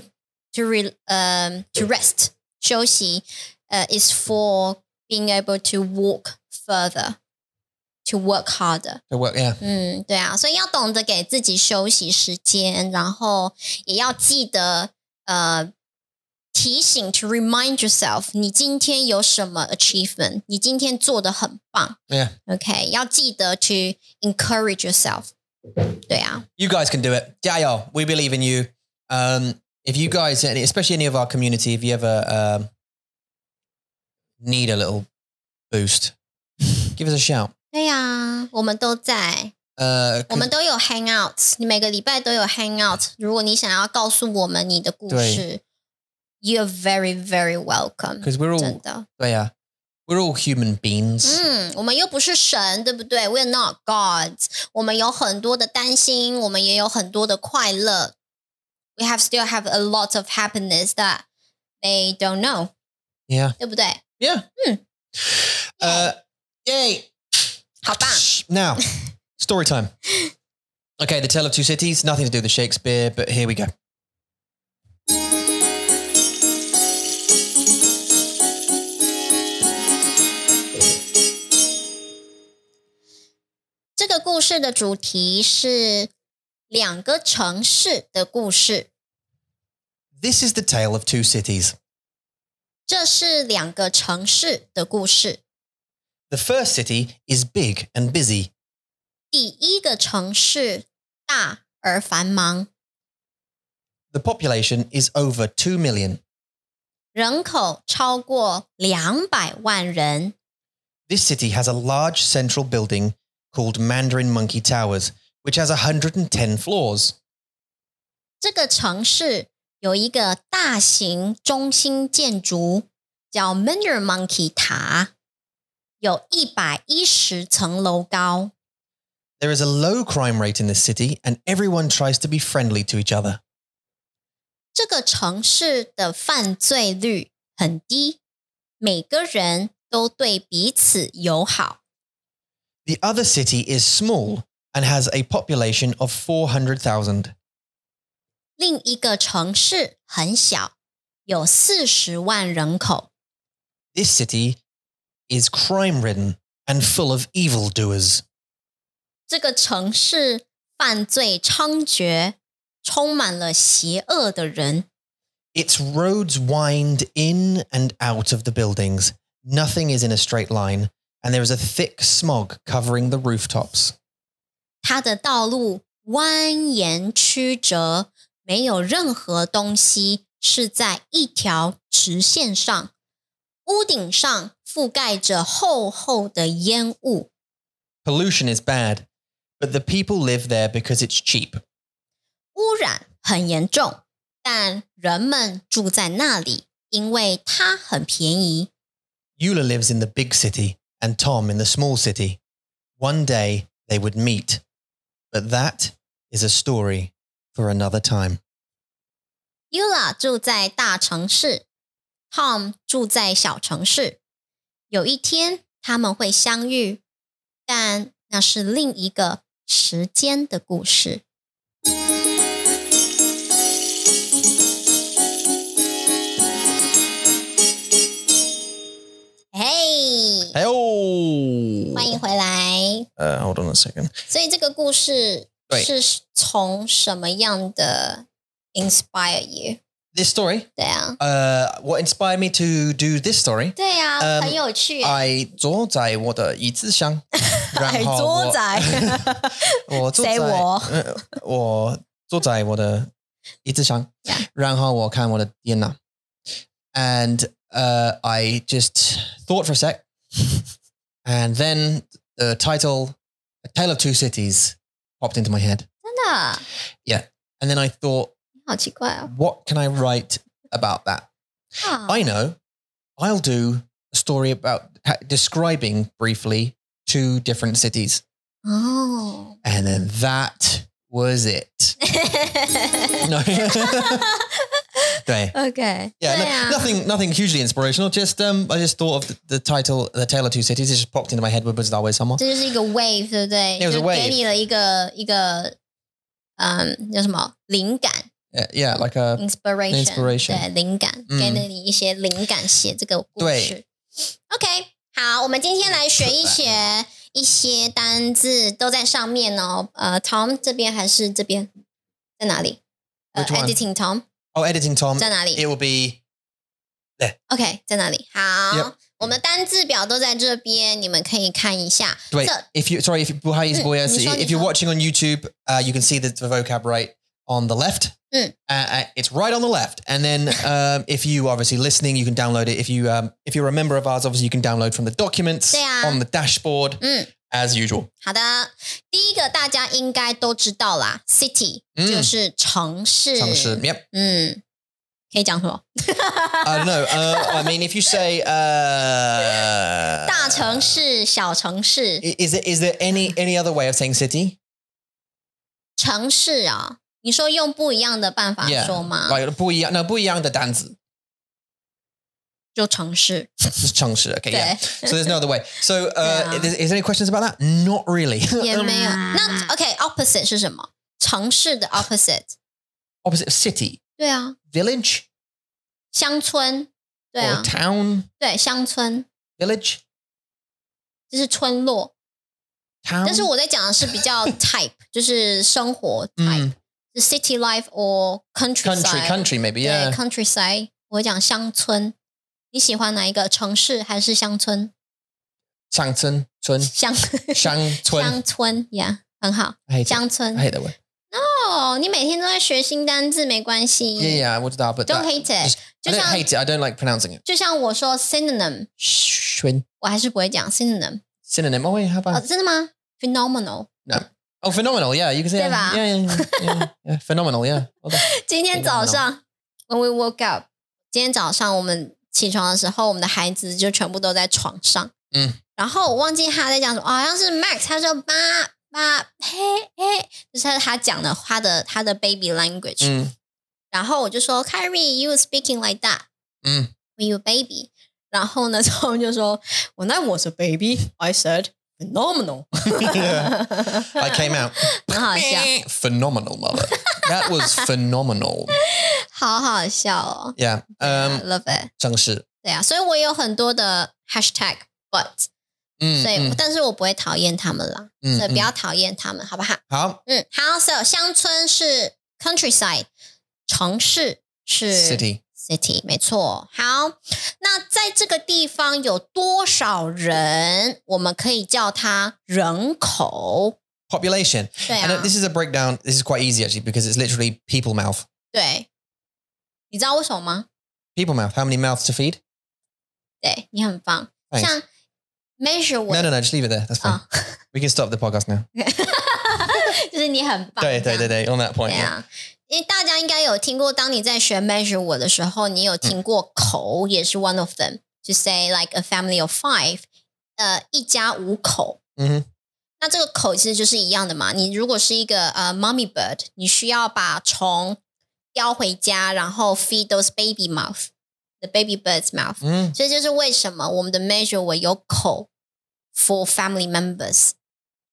to re 呃、to rest 休息呃、is for being able to walk further。To work harder，
So work, yeah.
嗯，对啊，所以要懂得给自己休息时间，然后也要记得呃提醒 to remind yourself，你今天有什么 achievement，你今天做的很棒
Yeah.
，OK，要记得 to encourage yourself。对啊，
you guys can do it. Jayo, we believe in you. Um, if you guys, and especially any of our community, if you ever um, need a little boost, give us a shout.
对啊，我们都在，
Uh,
我们都有 hang out，你每个礼拜都有 hang out。如果你想要告诉我们你的故
对
事，you're very very welcome。
because we're
真
all
的。
yeah, we're all human beings.
嗯，我们又不是神，对不对？We're not gods。我们有很多的担心，我们也有很多的快乐。We have still have a lot of happiness that they don't know，
Yeah,
对不对？
yeah. Uh, yay!
好棒！
Now, story time. Okay, the Tale of Two Cities. Nothing to do with Shakespeare, but here we go.
This 这个故事的主题是两个城市的故事，
This is the Tale of Two Cities.
这是两个城市的故事。
The first city is big and busy.
第一个城市大而繁忙，
The population is over 2 million.
人口超过两百万人。
This city has a large central building called Mandarin Monkey Towers, which has 110 floors.
这个城市有一个大型中心建筑，叫 Mandarin Monkey 塔，有一百一十层楼高。
There is a low crime rate in this city, and everyone tries to be friendly to each other.
这个城市的犯罪率很低，每个人都对彼此友好。
The other city is small and has a population of 400,000.
另一个城市很小，有四十万人口。
This city is crime ridden and full of evildoers.
这个城市犯罪猖獗，充满了邪恶的人。
Its roads wind in and out of the buildings. Nothing is in a straight line, and there is a thick smog covering the rooftops.
它的道路蜿蜒曲折，没有任何东西是在一条直线上。屋顶上覆盖着厚厚的烟雾，
Pollution is bad, but the people live there because it's cheap.
污染很严重，但人们住在那里，因为它很便宜。
Eula lives in the big city and Tom in the small city. One day they would meet, but that is a story for another time.
Yula 住在大城市，Tom 住在小城市。有一天他们会相遇，但那是另一个时间的故事。嘿，
Hey,
欢迎
oh!
回来。
Uh, hold on a second.
所以这个故事
对
是从什么样的 inspire you？
This story,
对啊，
uh, what inspired me to do this story?
对啊，
嗯
很有趣耶。
I坐在我的椅子上，
矮桌仔。
我坐在
谁我？Yeah.
我坐在我的椅子上，然后我看我的电脑。And uh, I just thought for a sec, and then the title "A Tale of Two Cities" popped into my head.
真的，
And then I thought,
好奇怪哦。
what can I write about that?
啊
I know. I'll do a story about ha- describing briefly two different cities,
哦，
and then that was it. No.对。
OK，
Yeah, no-
对啊
nothing, nothing hugely inspirational. Just, um, I just thought of the, the title, "The Tale of Two Cities." It just popped into my head. 我不知道为什么。
这就是一个 wave，对不对？
It was a
就给
wave.
你了一个一个，嗯，叫什么灵感
Uh, yeah, like a
，inspiration，
inspiration
对，灵感，
嗯
给了你一些灵感，写这个故事。OK，好，我们今天来学一学一些单字，都在上面哦。呃，Tom 这边还是这边，在哪里？呃
Which one？
，editing Tom
oh, editing Tom.
在哪里？
It will be
OK，在哪里？好
Yep
我们单字表都在这边，你们可以看一下。
wait.
这
If you sorry, if you, 不好意思，不好意思，
你说，
if you're
你说。
watching on YouTube, uh, you can see the, the vocab right on the left.
嗯。
Uh, uh, it's right on the left, and then um, if you obviously listening, you can download it. If you um, if you're a member of ours, obviously you can download from the documents
对啊。
on the dashboard
嗯，
as usual.
好的，第一个大家应该都知道啦，city、
嗯
就是城市。
尝试。Yep.
嗯，可以讲什么？
I don't know. Uh, I mean, if you say uh,
大城市、小城市、
i- is there is there any any other way of saying city?
城市啊、你说用不一样的办法
Yeah，
说吗
Like 不一样, no, 不一样的单词
就城市。
is 城市. Okay,
对
yeah. So there's no other way. So uh,
Yeah.
is, is there any questions about that? Not really.
也没有。
Um,
那 OK，opposite、是什么？城市的 opposite。
opposite of city,
对啊，
village
乡村。对
or
啊，
town,
对，乡村
village,
就是村落。
town.
但是我在讲的是比 较 type，就是生活
嗯
type，、是 city life or countryside。
country, country maybe.
对
Yeah.
countryside，我会讲乡村。你喜欢哪一个城市还是乡村？
乡村, 村,
乡
乡村.哎
乡村呀很好。
I hate it.
乡
I
村
hate that word.
哦，你每天都在学新单字，没关系。
Yeah, yeah, I would that, but
Don't
that-
hate it.
just- I
就
don't
像
hate it. I don't like pronouncing it.
就像我说 synonym，
Schwin.
我还是不会讲 synonym。
Synonym. Oh, wait, how about?
哦，真的吗？Phenomenal。
Oh, phenomenal! Yeah, you can say
Say
that.
that.
Yeah, yeah, yeah, yeah, yeah. phenomenal! Yeah, Well done.
今天早上，when we woke up，今天早上我们起床的时候，我们的孩子就全部都在床上。
嗯，
然后我忘记他在讲什么，哦好像是 Max，他说爸爸嘿嘿，就是他讲的他的他的 baby language。
Mm,
然后我就说 Carrie，you speaking like that？
嗯。
，when you baby。然后呢， 他们就说 When I was a baby, I said phenomenal
I came out
很好笑，
phenomenal, mother. That was phenomenal.
好好笑哦。
Yeah.
I
Um.
love it.
正是。
对啊，所以我有很多的 hashtag but，
嗯
所以、
嗯
但是我不会讨厌他们啦，
嗯
所以不
嗯
要讨厌他们，好不好？
好
嗯，好，so 乡村是 countryside，城市是
city
city，没错。好，那在这个地方有多少人？我们可以叫它人口。
population.
对
And
啊
this，is a breakdown. This is quite easy actually because it's literally people mouth.
对。你知道为什么吗？
People mouth. How many mouths to feed?
对你很棒，
Thanks. 嗯
像 measure 我嗯
No, no, no. Just leave it there. That's fine.
啊，
We can stop the podcast now.
就是你很棒。
对
这样
对对对, On that point.
对
Yeah.
啊，因为大家应该有听过，当你在学 measure 我的时候，你
嗯
有听过口也是 one of them。To say like a family of five，呃，一家五口。
嗯哼
那这个口其实就是一样的嘛。你如果是一个呃 mummy bird，你需要把虫叼回家，然后 feed those baby mouth，the baby bird's mouth。
嗯
所以这就是为什么我们的 measure 我有口 for family members，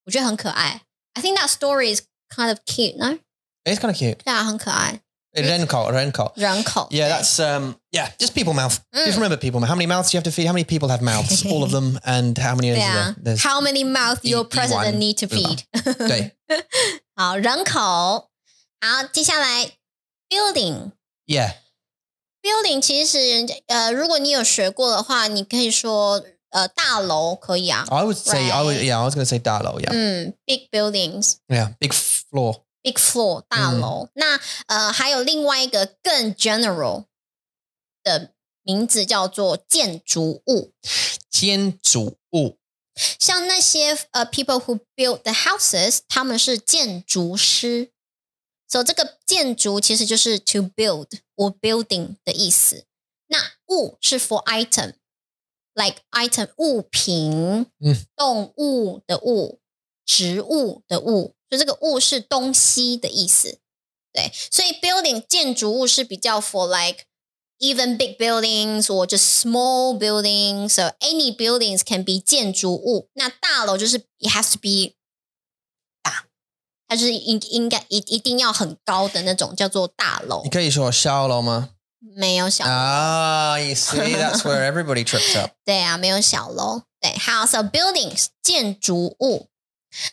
我觉得很可爱。I think that story is kind of cute, no？
It's kind of cute.
对啊，很可爱。
Renko, Renko.
人口。
Yeah, that's um yeah, just people mouth.
Mm.
Just remember people mouth. How many mouths do you have to feed? How many people have mouths? All of them and how many is
对
there?
啊
There's E
，How many mouth your
一一碗
president need to
对吧
feed？
对
好，人口。好，接下来 building。
Yeah.
building 其实呃，如果你有学过的话，你可以说呃大楼可以啊。
I would say I would
Right. Mm.
yeah, I was gonna say Dalo, yeah.
嗯，big buildings。
Yeah. Big floor.
Big floor 大楼。那呃，还有另外一个更 general 的名字叫做建筑物，
建筑物。
像那些呃 people who build the houses，他们是建筑师。所、so, 这个建筑其实就是 to build or building 的意思。那物是 for item，like item 物品，
嗯
动物的物，植物的物，就这个物是东西的意思。对，所以 building 建筑物是比较 for like even big buildings or just small buildings. So any buildings can be 建筑物。那大楼就是 it has to be 大，它就是应应该一一定要很高的那种叫做大楼，
你可以说小楼吗？
没有小、
Ah, you see, that's where everybody trips up.
对啊，没有小楼。对，好，so buildings 建筑物。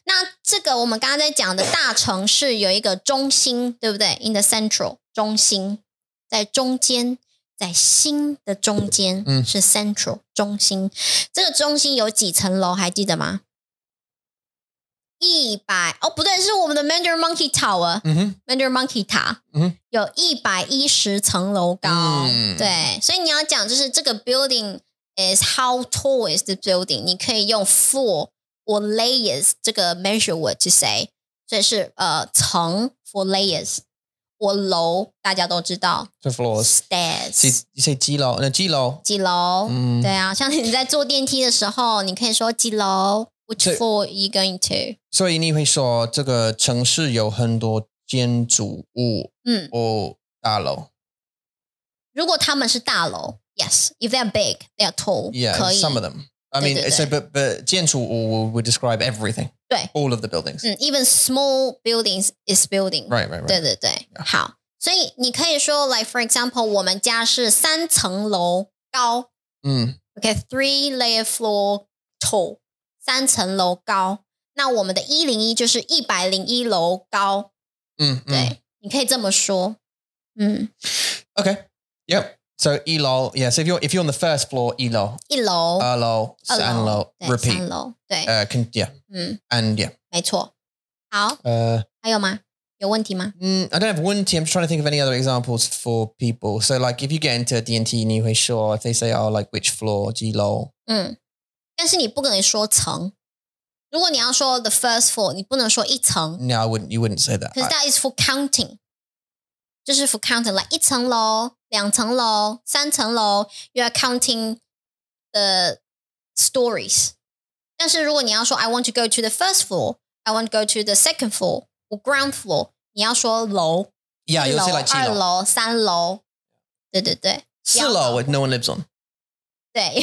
那这个我们刚刚在讲的大城市有一个中心，对不对？In the central 中心，在中间，在心的中间，
嗯
是 central 中心。这个中心有几层楼？还记得吗？一百哦，不对，是我们的 Mandarin Monkey Tower。
嗯哼，
Mandarin Monkey 塔，
嗯哼
有一百一十层楼高，
嗯
对，所以你要讲就是这个 building is how tall is the building，你可以用 for or layers 这个 measure word 去 say，所以是呃层 for layers，我楼大家都知道
The floors. So you,
stairs
you say 几楼？那几楼？
几楼，
嗯
对啊，像你在坐电梯的时候，你可以说几楼，which
对
floor are you going to？
所以你会说这个城市有很多建筑物
嗯，
哦，大楼。
如果他们是大楼，yes，if they're big，they're tall，
Yeah,
可以。
some of them. I mean,
对，对，对。
so but but 建筑物 would describe everything,
对，
all of the buildings.
嗯，even small buildings is building。
Right, right, right.
对对对，好，所以你可以说，like for example，我们家是三层楼高
Mm,
，OK，three、layer floor tall，三层楼高。那我们的一零一就是一百零一楼高，
mm, mm.
对，你可以这么说。嗯，
Okay. Yep. So ilol, yeah. So if you're if you're on the first floor, E ilol,
一楼、
arlo,
二楼
sanlo,、
对，三
Uh， repeat.
楼，对，
Uh, can, yeah,
嗯，
and yeah.
没错。好，
Uh,
还有吗？有问题吗？
mm, I don't have one T. I'm just trying to think of any other examples for people. So like if you get into D and T, Niue Shaw, if they say, oh, like which floor, ilol.
嗯，但是你不可以说层。如果你要说 the first floor，你不能说一层，
No, I wouldn't. You wouldn't say that.
可是
I-
that is for counting，就是 for counting，来一层楼、两层楼、三层楼，you are counting the stories。但是如果你要说 I want to go to the first floor，I want to go to the second floor or ground floor，你要说楼，
yeah,
一
you'll
楼
say like
二
ilol,
楼、三楼，对对对。
silo, where no one lives on.
对，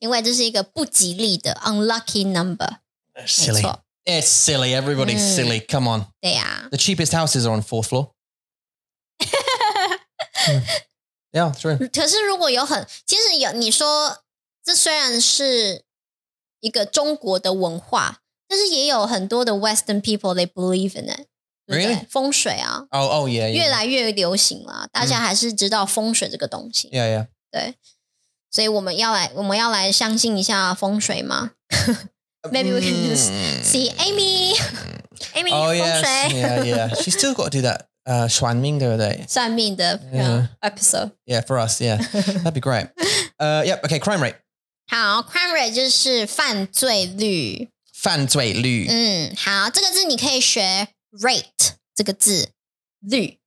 因为这是一个不吉利的 unlucky number。
That's
没
Silly.
错，
It's silly. Everybody's
Mm.
silly. Come on.
对呀、
The cheapest houses are on fourth floor. Yeah,
Mm. 嗯
true.
可是如果有很，其实有你说，这虽然是一个中国的文化，但是也有很多的 Western people they believe in it，对不对
Really？
风水啊，
Oh, oh yeah, yeah.
越来越流行啦，大家还是知道风水这个东西，
嗯 yeah, yeah.
对，所以我们要来我们要来相信一下风水吗？Maybe we can just see Amy, Amy
Mm. Oh
风
yes,
水
yeah, yeah. She's still got to do that. Uh, Shuan Ming the other day.
算命的 呃
Yeah.
episode。
Yeah, for us. Yeah, that'd be great. Uh, yep. Okay, crime rate.
好，crime rate 就是犯罪率。
犯罪率。
嗯，好，这个字你可以学 rate 这个字，率，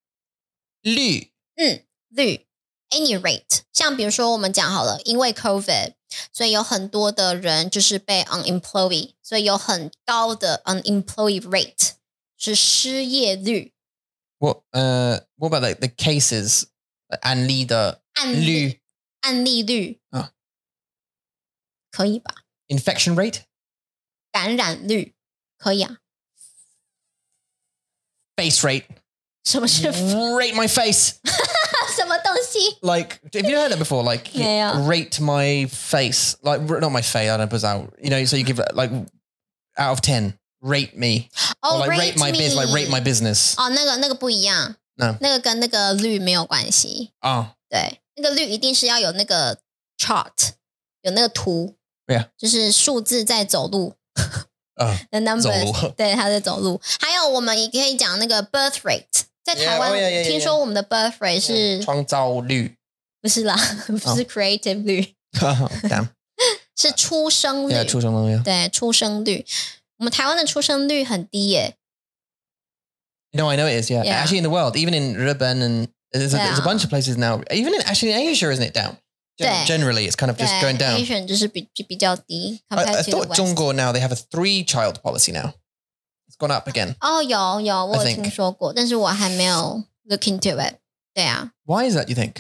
率。
嗯，率，any rate。像比如说我们讲好了，因为 COVID，所以有很多的人就是被 unemployed，所以有很高的 unemployed rate 是失业率。
What? Uh, what about like the cases? And leader
案例
率
案例率
啊
可以吧？
infection rate
感染率可以啊？
face rate
什么是
rate my face
什么东西？
like have you heard that before like you
Yeah.
rate my face like r- not my face I don't know but how- you know so you give like out of ten rate me
哦、
or like Oh, rate my biz like rate my business
哦，那个那个不一样，
嗯
那个跟那个率没有关系。
oh
对，那个率一定是要有那个 chart，有那个图
Yeah
就是数字在走 路
oh
的 number，
走路
对，它在走路。还有我们也可以讲那个 birth rate，在
Yeah，
台湾
oh yeah，yeah，yeah，嗯
听说我们的 birth rate 是、
创造率
不是啦？不
哦
是 creative 率
damn
是出生率
yeah 出生了 yeah
对，出生率。我们台湾的出生率很低耶、
no I know it is yeah,
Yeah.
actually in the world even in Ruben and there's a, there's a
Yeah.
bunch of places now even in actually in Asia isn't it down Gen-
Yeah.
generally it's kind of
对
just going down 哎
Asian 就是比比比较低。
I, I
compared to the
thought
West
Zhongguo now they have a three child policy now. It's gone up again.
哦，有有，我有
think.
听说过，但是我还没有 look into it。对啊，
Why is that? Do you think?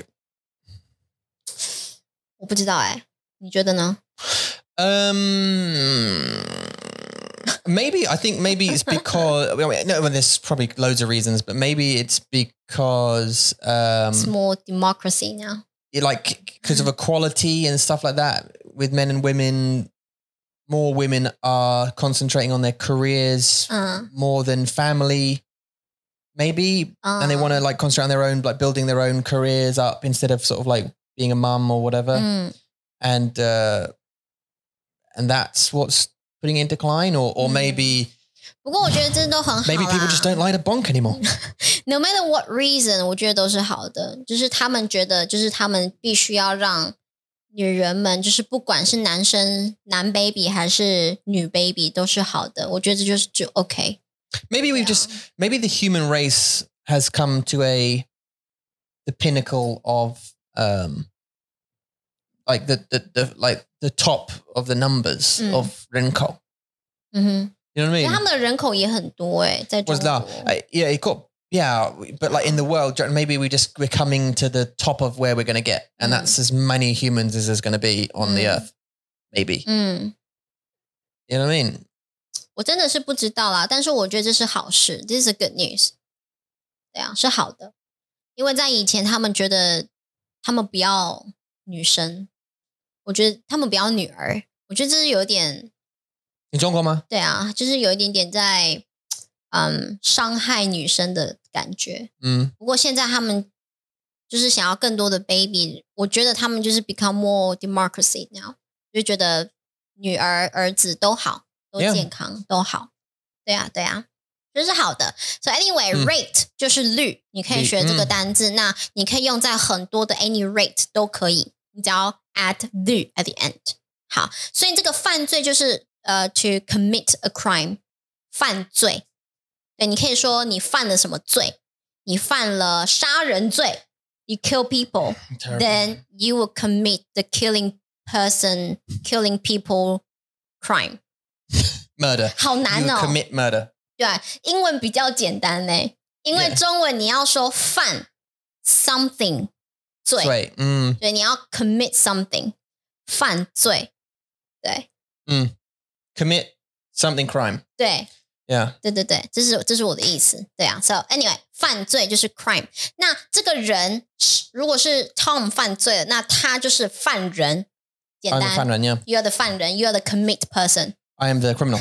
我不知道哎、你觉得呢？
Um, maybe I think maybe it's because well, no, well, there's probably loads of reasons, but maybe it's because um,
It's more democracy now.
it, like because of equality and stuff like that with men and women. More women are concentrating on their careers
嗯，
more than family, maybe
啊
and they
Ah.
want to like concentrate on their own, like building their own careers up instead of sort of like being a mum or whatever.
嗯
And uh, and that's what's putting it in decline, or or
Mm. Oh,
maybe
不过我觉得这都很好啦。
maybe people just don't like to bonk anymore.
No matter what reason，我觉得都是好的，就是他们觉得，就是他们必须要让女人们，就是不管是男生男 baby 还是女 baby 都是好的，我觉得这就是就 OK。啊
maybe we've just maybe the human race has come to a the pinnacle of um like the the, the like the top of the numbers
Mm.
of Renko.
嗯哼，
You know what I
因为
mean?
他们的人口也很多哎、在中
was
国
that I, yeah it got yeah but like in the world maybe we just we're coming to the top of where we're going to get and
Mm.
that's as many humans as there's going to be on the
Mm.
earth maybe
嗯。
you know what i mean
我真的是不知道啦，但是我觉得这是好事，this is good news。对啊，是好的，因为在以前他们觉得他们不要女生，我觉得他们不要女儿，我觉得这是有点
in Zhongguo
对啊，就是有一点点在嗯伤害女生的感觉。
mm.
不过现在他们就是想要更多的 baby，我觉得他们就是 become more democracy now，就觉得女儿儿子都好，都
Yeah.
健康都好。对啊，对啊，这是好的。So anyway，rate、
嗯
rate 就是率，你可以
率
学这个
嗯
单字，那你可以用在很多的 any rate 都可以，你只要 add 率 at the end。好，所以这个犯罪就是呃、to commit a crime，犯罪。对，你可以说你犯了什么罪？你犯了杀人罪，you kill people。then you will commit the killing person, killing people crime.
murder
好
you
难哦，
commit murder
对，英文比较简单呢，因为
Yeah.
中文你要说犯 something 罪，
right mm.
对，你要 commit something 犯罪，对
commit something crime
对，
yeah
对对对，这是这是我的意思。对啊，so anyway，犯罪就是 crime。那这个人是如果是 Tom 犯罪了，那他就是犯人，简
I'm the
单。
犯人, yeah.
You are the 犯人，You are the commit person。
I am the criminal.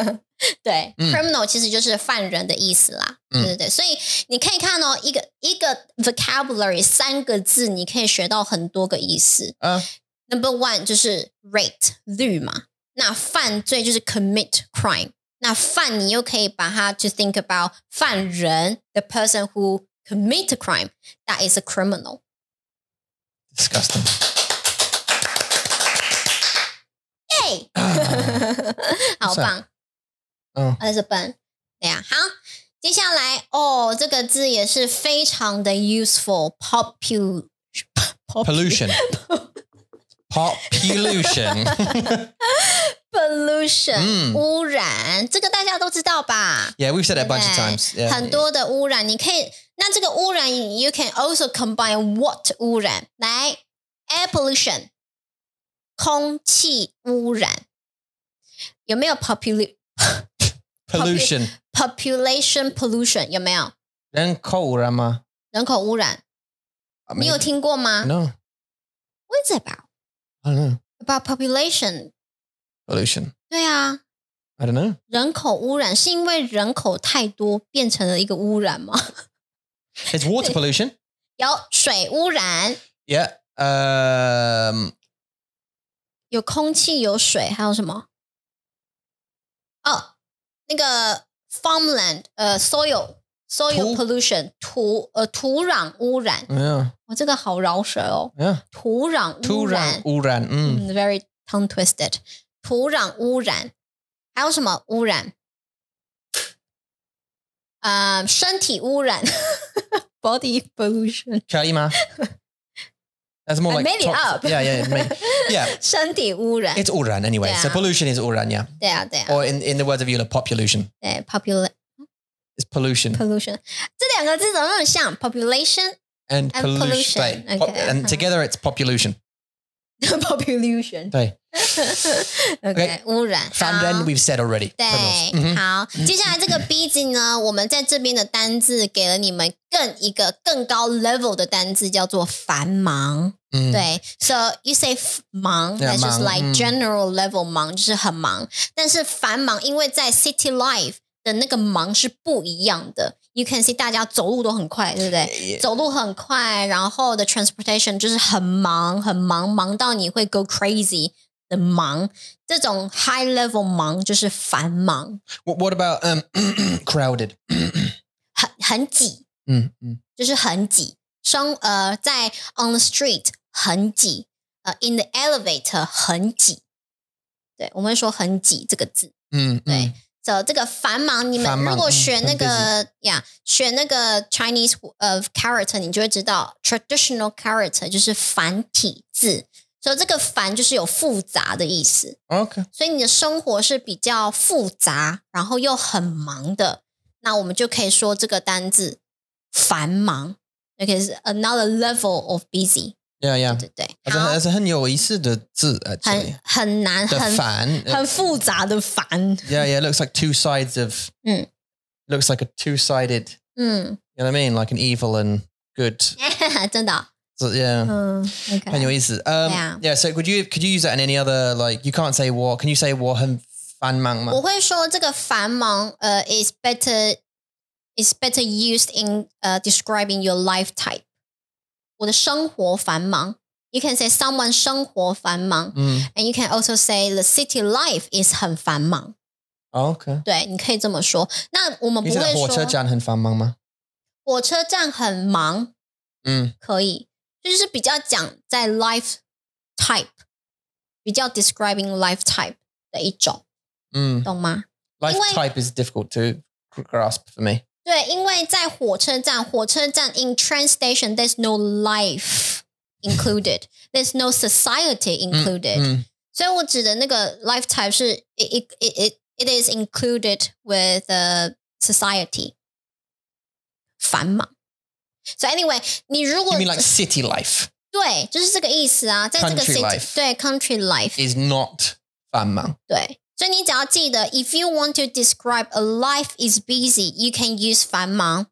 对、
嗯
c r i m i n a l 其实就是犯人的意思啦。
嗯
对对对，所以你可以看哦，一个一个 vocabulary 三个字，你可以学到很多个意思。
Uh,
Number one 就是 rate 率嘛，那犯罪就是 commit crime，那犯你又可以把它 to think about 犯人 the person who commit a crime that is a criminal。
disgusting.
哎、 好棒，
Oh,
那是本，对呀、好，接下来哦，这个字也是非常的 useful，popu
pollution. Pop pollution.
pollution、
嗯
污染，这个大家都知道吧？
yeah, we've said it a bunch
对
of times. Yeah.
很多的污染，你可以那这个污染，you can also combine what 污染来 air pollution，空气污染，有没有 popul
pollution.
population pollution 有没有
人口污染吗？
人口污染？
I
你有
mean,
听过吗
No,
？What's about
I don't know.
about population？
Pollution.
对啊，
I don't know.
人口污染是因为人口太多变成了一个污染吗？
It's water pollution.
有水污染，
Yeah. Um,
有空气，有水，还有什么？哦，那个 farmland，呃，soil soil
土
pollution，土呃土壤污染，
yeah,
我、这个好饶舌哦，
yeah.
土壤污染，
土壤污染，嗯，
嗯，very tongue twisted，土壤污染，还有什么污染？呃，身体污染，body pollution，
可以吗？That's more
I
like
made it
top-
up.
Yeah, yeah, it made- yeah.
身体污染，
It's 污染 anyway. So
Yeah.
pollution is 污染, yeah.
对啊，对啊，
Or in, in the words of Eula, pop pollution.
对，popula
It's pollution
pollution，这两个字怎么那么像？population
and,
and pollution,
pollution. Like, pop-
okay,
and
uh-huh.
together it's population.
population，
对哎
OK，污染。
Found
好
end we've said already.
对
Criminals. Mhm.，
好，接下来这个 B 字呢，我们在这边的单字给了你们更一个更高 level 的单字，叫做繁忙。
嗯，
对，so you say f- 忙
对啊
，that's just
忙
like
嗯
general level 忙，就是很忙。但是繁忙，因为在 city life 的那个忙是不一样的。You can see 大家走路都很快，对不对？
Yeah.
走路很快，然后的 transportation 就是很忙，很忙，忙到你会 go crazy 的忙。这种 high level 忙就是繁忙，
What, what about um, crowded? Mm,
很很挤，
嗯嗯
就是很挤。生呃，在 on the street 很挤，呃，in the elevator 很挤。对，我们会说很挤这个字。
嗯，
对
嗯
走这个繁忙，你
繁
们
忙
如果
嗯
选那
很
个呀，选那个 Chinese 呃 character，你就会知道 traditional character 就是繁体字，所以这个繁就是有复杂的意思，
Okay.
所以你的生活是比较复杂，然后又很忙的，那我们就可以说这个单字繁忙，OK 是 another level of busy，
Yeah, yeah.
对不对？好，
而且很有意思的字 actually.
很很难，
The
很
fan.
很复杂的繁，
Yeah, yeah. It looks like two sides of.
Mm.
Looks like a two-sided.
嗯，
You know what I mean? Like an evil and good.
真的哦、
So, yeah.
嗯，OK。
Anyways, um,
Yeah.
yeah. So could you could you use that in any other like you can't say war? Can you say war and fan mang
我
ma?
会说这个繁忙，呃、i s better is better used in 呃、describing your life type。我的生活繁忙，you can say someone 生活繁忙、
Mm.
a n d you can also say the city life is 很繁忙。
Oh, okay.
对，你可以这么说。那我们不
You
会
said
说
火车站很繁忙吗？
火车站很忙，
嗯，
可以，就是比较讲在 life type，比较 describing life type 的一种，
Mm.
懂吗？
Life
因为-
type is difficult to gr- grasp for me.
对，因为在火车站，火车站 in train station there's no life included, there's no society included，、
Mm.
所以我指的那个 life type 是 it it it it is included with the society，繁忙。So anyway，你如果
You mean like city life
对，就是这个意思啊，在这个
Country
city
life
对 country life
is not fan mang?
对，所以你只要记得，if you want to describe a life is busy, you can use 繁忙。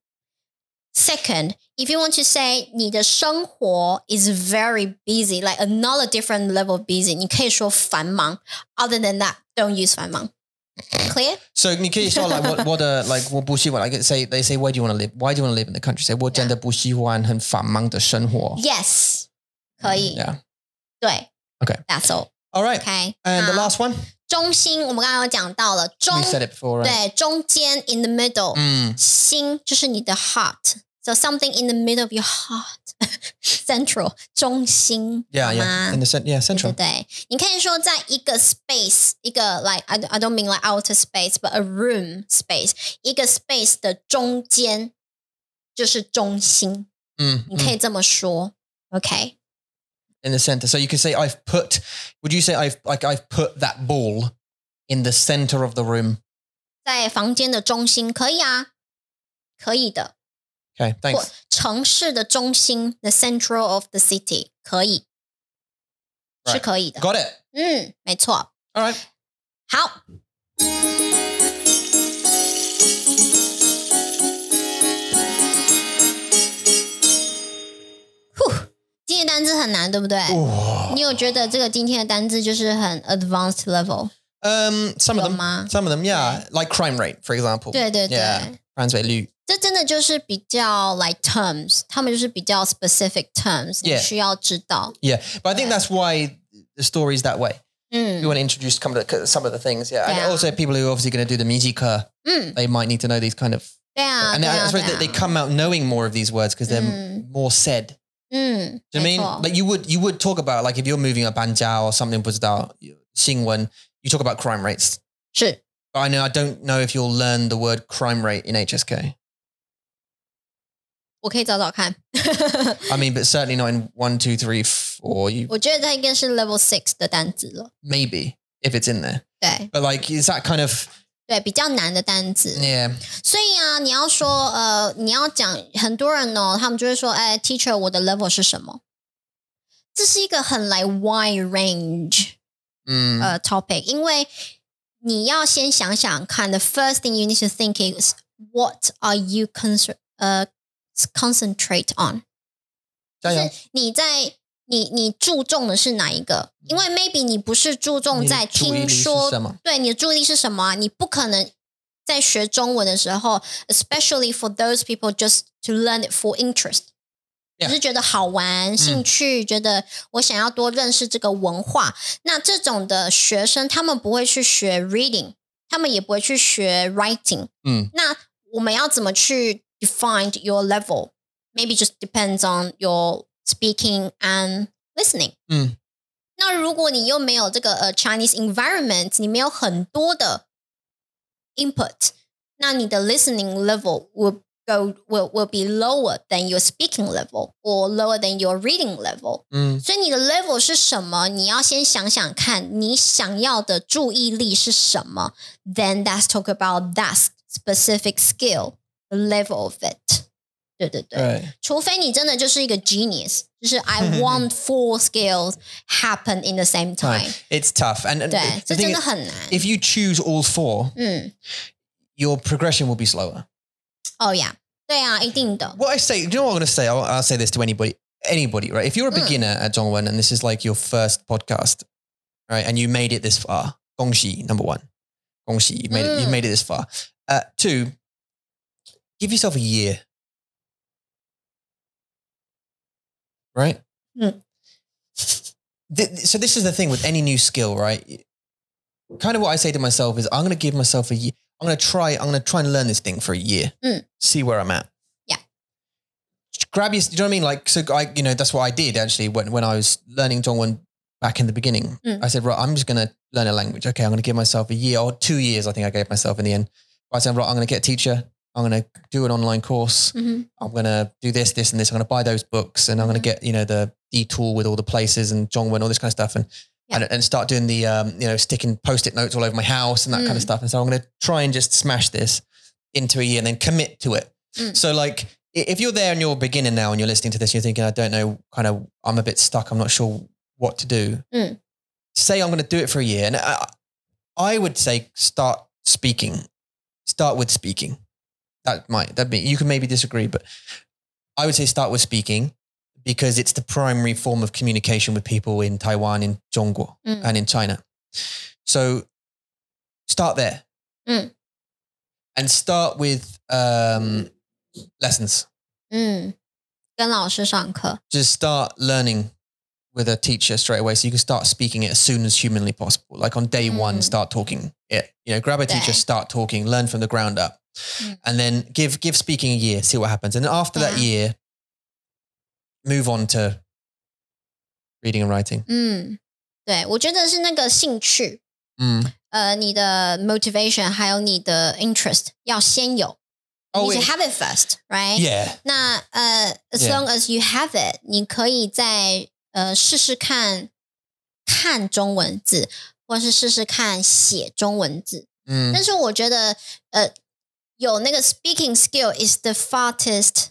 Second, if you want to say 你的生活 is very busy, like another different level of busy, 你可以说繁忙。Other than that, don't use 繁忙。Clear?
So Nikki, so like what what uh like what bushi like say they say where do you want to live? Why do you want to live in the country? Say what gender bushi wan hen fan mang de shen huo.
Yes，可以。
Yeah.
对
Okay.
That's all.
All right.
OK.
And the
好
last one,
中心，我们刚刚有讲到了中
we said it before, right?
对中间 in the middle，、
Mm.
心就是你的 heart。So something in the middle of your heart, central 中心
Yeah,
好
yeah.
吗
In the cent- yeah,
对
central.
对，你可以说在一个 space，一个 like I I don't mean like outer space, but a room space，一个 space 的中间就是中心，
Mm,
你
mm.
可以这么说。OK，
in the center. So you could say I've put. Would you say I've like I've put that ball in the center of the room?
在房间的中心可以啊，可以的。
Okay,
或
thanks.
城市的中心，the central of the city，可以
Right.
是可以的。
Got it.
嗯，没错。
All right.
好，呼，今天的单字很难，对不对？
哦 Ooh.
你有觉得这个今天的单字就是很 advanced level？
Um, some of
有
them.
吗？
Some of them, yeah. Like crime rate, for example.
对对对。
Yeah. Crime rate, Lu.
这真的就是比较 like terms，他们就是比较 specific terms，你
Yeah.
需要知道。
Yeah, but I think that's why the story's that way.
Mm.
You want to introduce some of the, some of the things, yeah.
Yeah.
And also, people who are obviously going to do the music, uh,
嗯，
they might need to know these kind of.
对啊，
and
对
I,
啊，
I
对
suppose that they
啊。
come out knowing more of these words because they're
Mm.
more said.
嗯，
Do you
没
mean
错
like you would you would talk about like if you're moving a banjiao or something was about Xingwen, you talk about crime rates.
是
But I know I don't know if you'll learn the word crime rate in HSK.
我可以找找看。
I mean, but certainly not in one, two, three, four. You
我觉得它应该是 level six 的单字了，
maybe if it's in there,
对
but like is that kind of
对，比较难的单字。
yeah?
所以啊，你要说呃，你要讲很多人哦，他们就会说，哎，teacher，我的 level 是什么？这是一个很来 wide range
Mm,
呃 topic，因为你要先想想看，the first thing you need to think is what are you concern 呃 concentrate on。
加油。
就是你在你你注重的是哪一个？因
嗯
为 maybe 你不是注重在听说，
你的注意力是什么？
对你的注意力是什么啊、你不可能在学中文的时候，especially for those people just to learn it for interest，只
Yeah. 嗯
是觉得好玩、兴趣，觉得我想要多认识这个文化。那这种的学生，他们不会去学 reading，他们也不会去学 writing。
嗯，
那我们要怎么去 define your level？maybe just depends on your speaking and listening。
嗯，
那如果你又没有这个呃 Chinese environment，你没有很多的 input，那你的 listening level will go will will be lower than your speaking level or lower than your reading level。
嗯，
所以你的 level 是什么？你要先想想看，你想要的注意力是什么？Then let's talk about that specific skill, the level of it。对对对。
right.
除非你真的就是一个 genius，就是 I want four skills happen in the same time。
Right. It's tough, and,
对，
and the
这
thing
真
is,
的很难。
if you choose all four,
嗯，
your progression will be slower.
哦呀，对啊，一定的。
What I say, do you know what I'm going to say? I'll, I'll say this to anybody, anybody, right? If you're a
Mm.
beginner at Dongwen and this is like your first podcast, right, and you made it this far, gongxi number one, gongxi, you've made it, you've
Mm.
made it this far. Uh, two, give yourself a year, right?
Mm.
Th- th- so this is the thing with any new skill, right? Kind of what I say to myself is, I'm going to give myself a year. I'm going to try. I'm going to try and learn this thing for a year.
Mm.
See where I'm at grab your, do you know what I mean? Like, so I, you know, that's what I did actually when, when I was learning Dongwon back in the beginning.
Mm.
I said, right, I'm just going to learn a language. Okay. I'm going to give myself a year or two years. I think I gave myself in the end. I said, right, I'm going to get a teacher. I'm going to do an online course.
嗯哼，
I'm going to do this, this, and this. I'm going to buy those books and I'm going
Mhm.
to get, you know, the D tool with all the places and Dongwon, all this kind of stuff. And,
Yeah.
and, and start doing the, um, you know, sticking post-it notes all over my house and that kind
Mm.
of stuff. And so I'm going to try and just smash this into a year and then commit to it.
Mm.
So like, i- if you're there and you're a beginner now and you're listening to this, you're thinking, I don't know, kind of, I'm a bit stuck. I'm not sure what to do.
Mm.
Say I'm going to do it for a year. And I, I would say start speaking, start with speaking. That might, that'd be, you can maybe disagree, but I would say start with speaking because it's the primary form of communication with people in Taiwan, in Zhongguo,
Mm.
and in China. So start there
Mm.
and start with um, lessons.
嗯，跟老师上课，
Just start learning with a teacher straight away so you can start speaking it as soon as humanly possible. Like on day one,
Mm.
start talking it. You know, grab a teacher,
Yeah.
start talking, learn from the ground up.
Mm. Uh-huh.
And then give give speaking a year, see what happens. And then after that
Yeah.
year, move on to reading and writing.
嗯，对，我觉得是那个兴趣，
Mm.
呃，你的 motivation 还有你的 interest 要先有，
Oh,
你
it-
have it first，right？
Yeah.
那呃，as
Yeah.
long as you have it，你可以再呃试试看看中文字，或是试试看写中文字。
Mm.
但是我觉得呃，有那个 speaking skill is the fastest,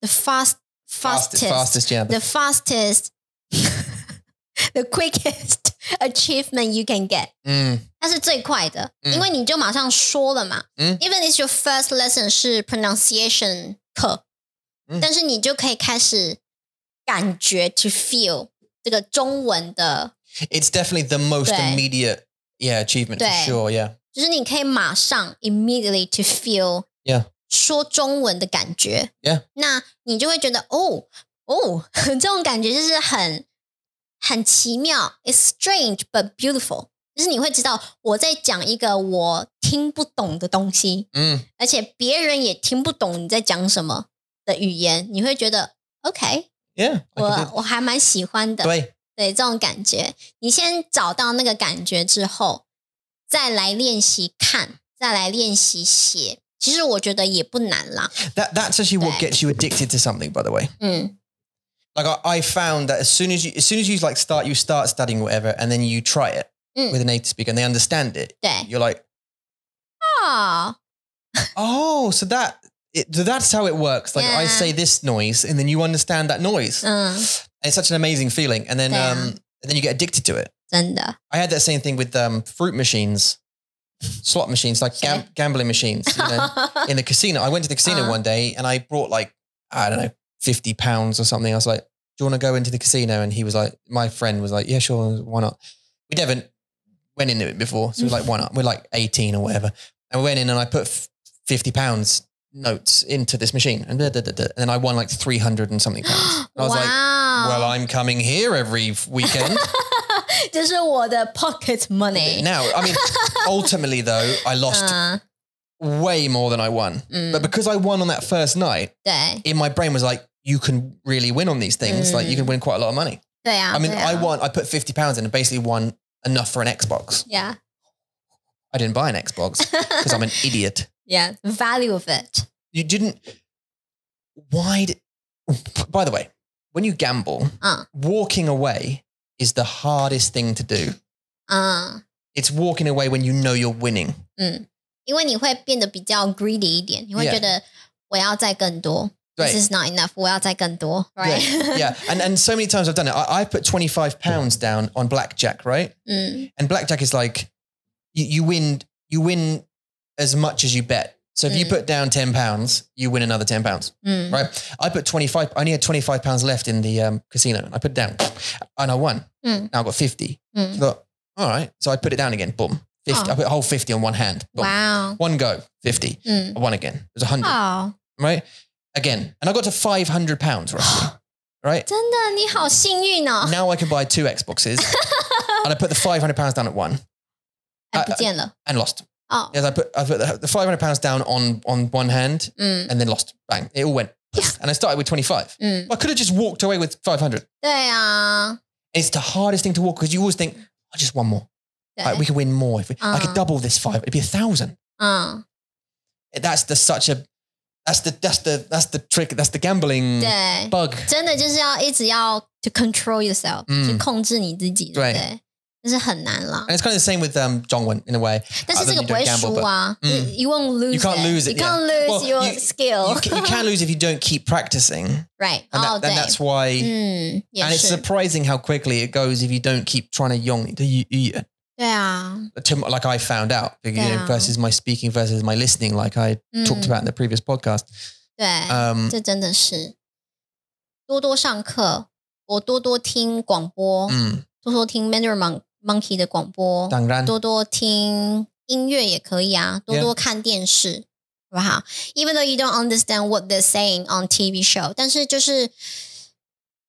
the fast
Fastest,
fastest
fastest, yeah.
the fastest, the quickest achievement you can get。
Mm.
它是最快的，
嗯
因为你就马上说了嘛。
嗯
Even if your first lesson 是 pronunciation 课，
嗯
但是你就可以开始感觉 to feel 这个中文的，
It's definitely the most
Right.
immediate yeah, achievement for
Right.
sure. Yeah.
就是你可以马上 immediately to feel
Yeah.
说中文的感觉。
Yeah.
那你就会觉得哦哦， 这种感觉就是很很奇妙，it's strange but beautiful。就是你会知道我在讲一个我听不懂的东西，
Mm.
而且别人也听不懂你在讲什么的语言，你会觉得 OK，
Yeah. I
我
can do-
我还蛮喜欢的，
对。
对这种感觉。你先找到那个感觉之后，再来练习看，再来练习写。其实我觉得也不难啦，
That that's actually what
Right.
gets you addicted to something, by the way.
嗯，
Like I, I found that as soon as you as soon as you like start you start studying whatever and then you try it
Mm.
with a native speaker and they understand it,
对
you're like,
啊、
oh, so that it, so that's how it works. Like I
Yeah.
say this noise and then you understand that noise.
嗯，
It's such an amazing feeling. And then
Yeah.
um and then you get addicted to it.
真的
I had that same thing with um fruit machines, slot machines, like gam- gambling machines. You know? in the casino. I went to the casino
Uh.
one day and I brought like, I don't know, 50 pounds or something. I was like, do you want to go into the casino? And he was like, my friend was like, yeah, sure. Why not? We never went into it before. So we're like, why not? We're like 18 or whatever. And we went in and I put f- 50 pounds notes into this machine and, da, da, da, da. and then I won like 300 and something pounds. And
哇
I
哦
was like, well, I'm coming here every f- weekend.
这是我的 pocket money，
now, I mean, ultimately though, I lost
嗯
way more than I won.
嗯
But because I won on that first night,
对
in my brain was like, you can really win on these things. Like you
Mm.
can win quite a lot of money.
对啊，
I mean,
对
I
啊
won, I put 50 pounds in and basically won enough for an Xbox.
yeah
I didn't buy an Xbox because I'm an idiot.
yeah value of it，
You didn't. Why? Did, by the way, when you gamble,
嗯
walking away is the hardest thing to do.
嗯，
It's walking away when you know you're winning.
因为你会变得比较 greedy 一点，你会
Yeah.
觉得我要再更多
对
，this is not enough，我要再更多
Yeah,
，right？
yeah. And, and so many times I've done it. I, I put 25 pounds down on blackjack, right?
嗯
and blackjack is like you, you win you win as much as you bet so if you
Mm.
put down 10 pounds you win another 10 pounds
嗯
right i put 25 i only had 25 pounds left in the um, casino i put it down and i won
Mm.
now i got 50 I
嗯，
thought, all right so i put it down again boom 50
Oh.
i put a whole 50 on one hand boom.
哇哦，
one go 50
嗯，
i won again it was 100
好，
right again and i got to 500 pounds roughly right
真的你好幸运哦，
now i can buy two xboxes and i put the 500 pounds down at one 呃
哎，不见了
and lost
哦，
Yes, I put I put the, the five hundred pounds down on on one hand
嗯
and then lost. Bang! It all went. Poof, and I started with twenty five.
嗯，
I could have just walked away with five hundred.
对啊，
It's the hardest thing to walk because you always think, "I just one more. Like, we
对，
could win more. If we, I
Uh.
could double this five, it'd be a thousand.
嗯，
That's the such a that's the that's the that's the trick. That's the gambling
对，
bug.
真的就是要一直要 to control yourself，
嗯
去控制你自己，
对
对，这是很难啦
And。it's kind of the same with um, Jongwon in a way.
但是
Other
这个
than
不会
you don't
输
gamble,
啊
but- 嗯
，you won't lose，
You can't lose it,
you can't
yeah.
lose
Well,
your
you-
skill，
You, can, you can lose if you don't keep practicing, and,
right？哦，
that, and
对，
that's
Mm,
why.
嗯，也
And it's
是，
surprising how quickly it goes if you don't keep trying to yong to y- y-
对啊，
to, like I found out you know,
Yeah. Mm.
versus my speaking versus my listening, like I
嗯
talked about in the previous podcast.
对，
Um,
这真的是多多上课，我多多听广播，
mm,
多多听 Mandarin Mon- Monkey 的广播，
当然。
多多听音乐也可以啊，多多看电视好不好？Even though you don't understand what they're saying on TV show，但是就是。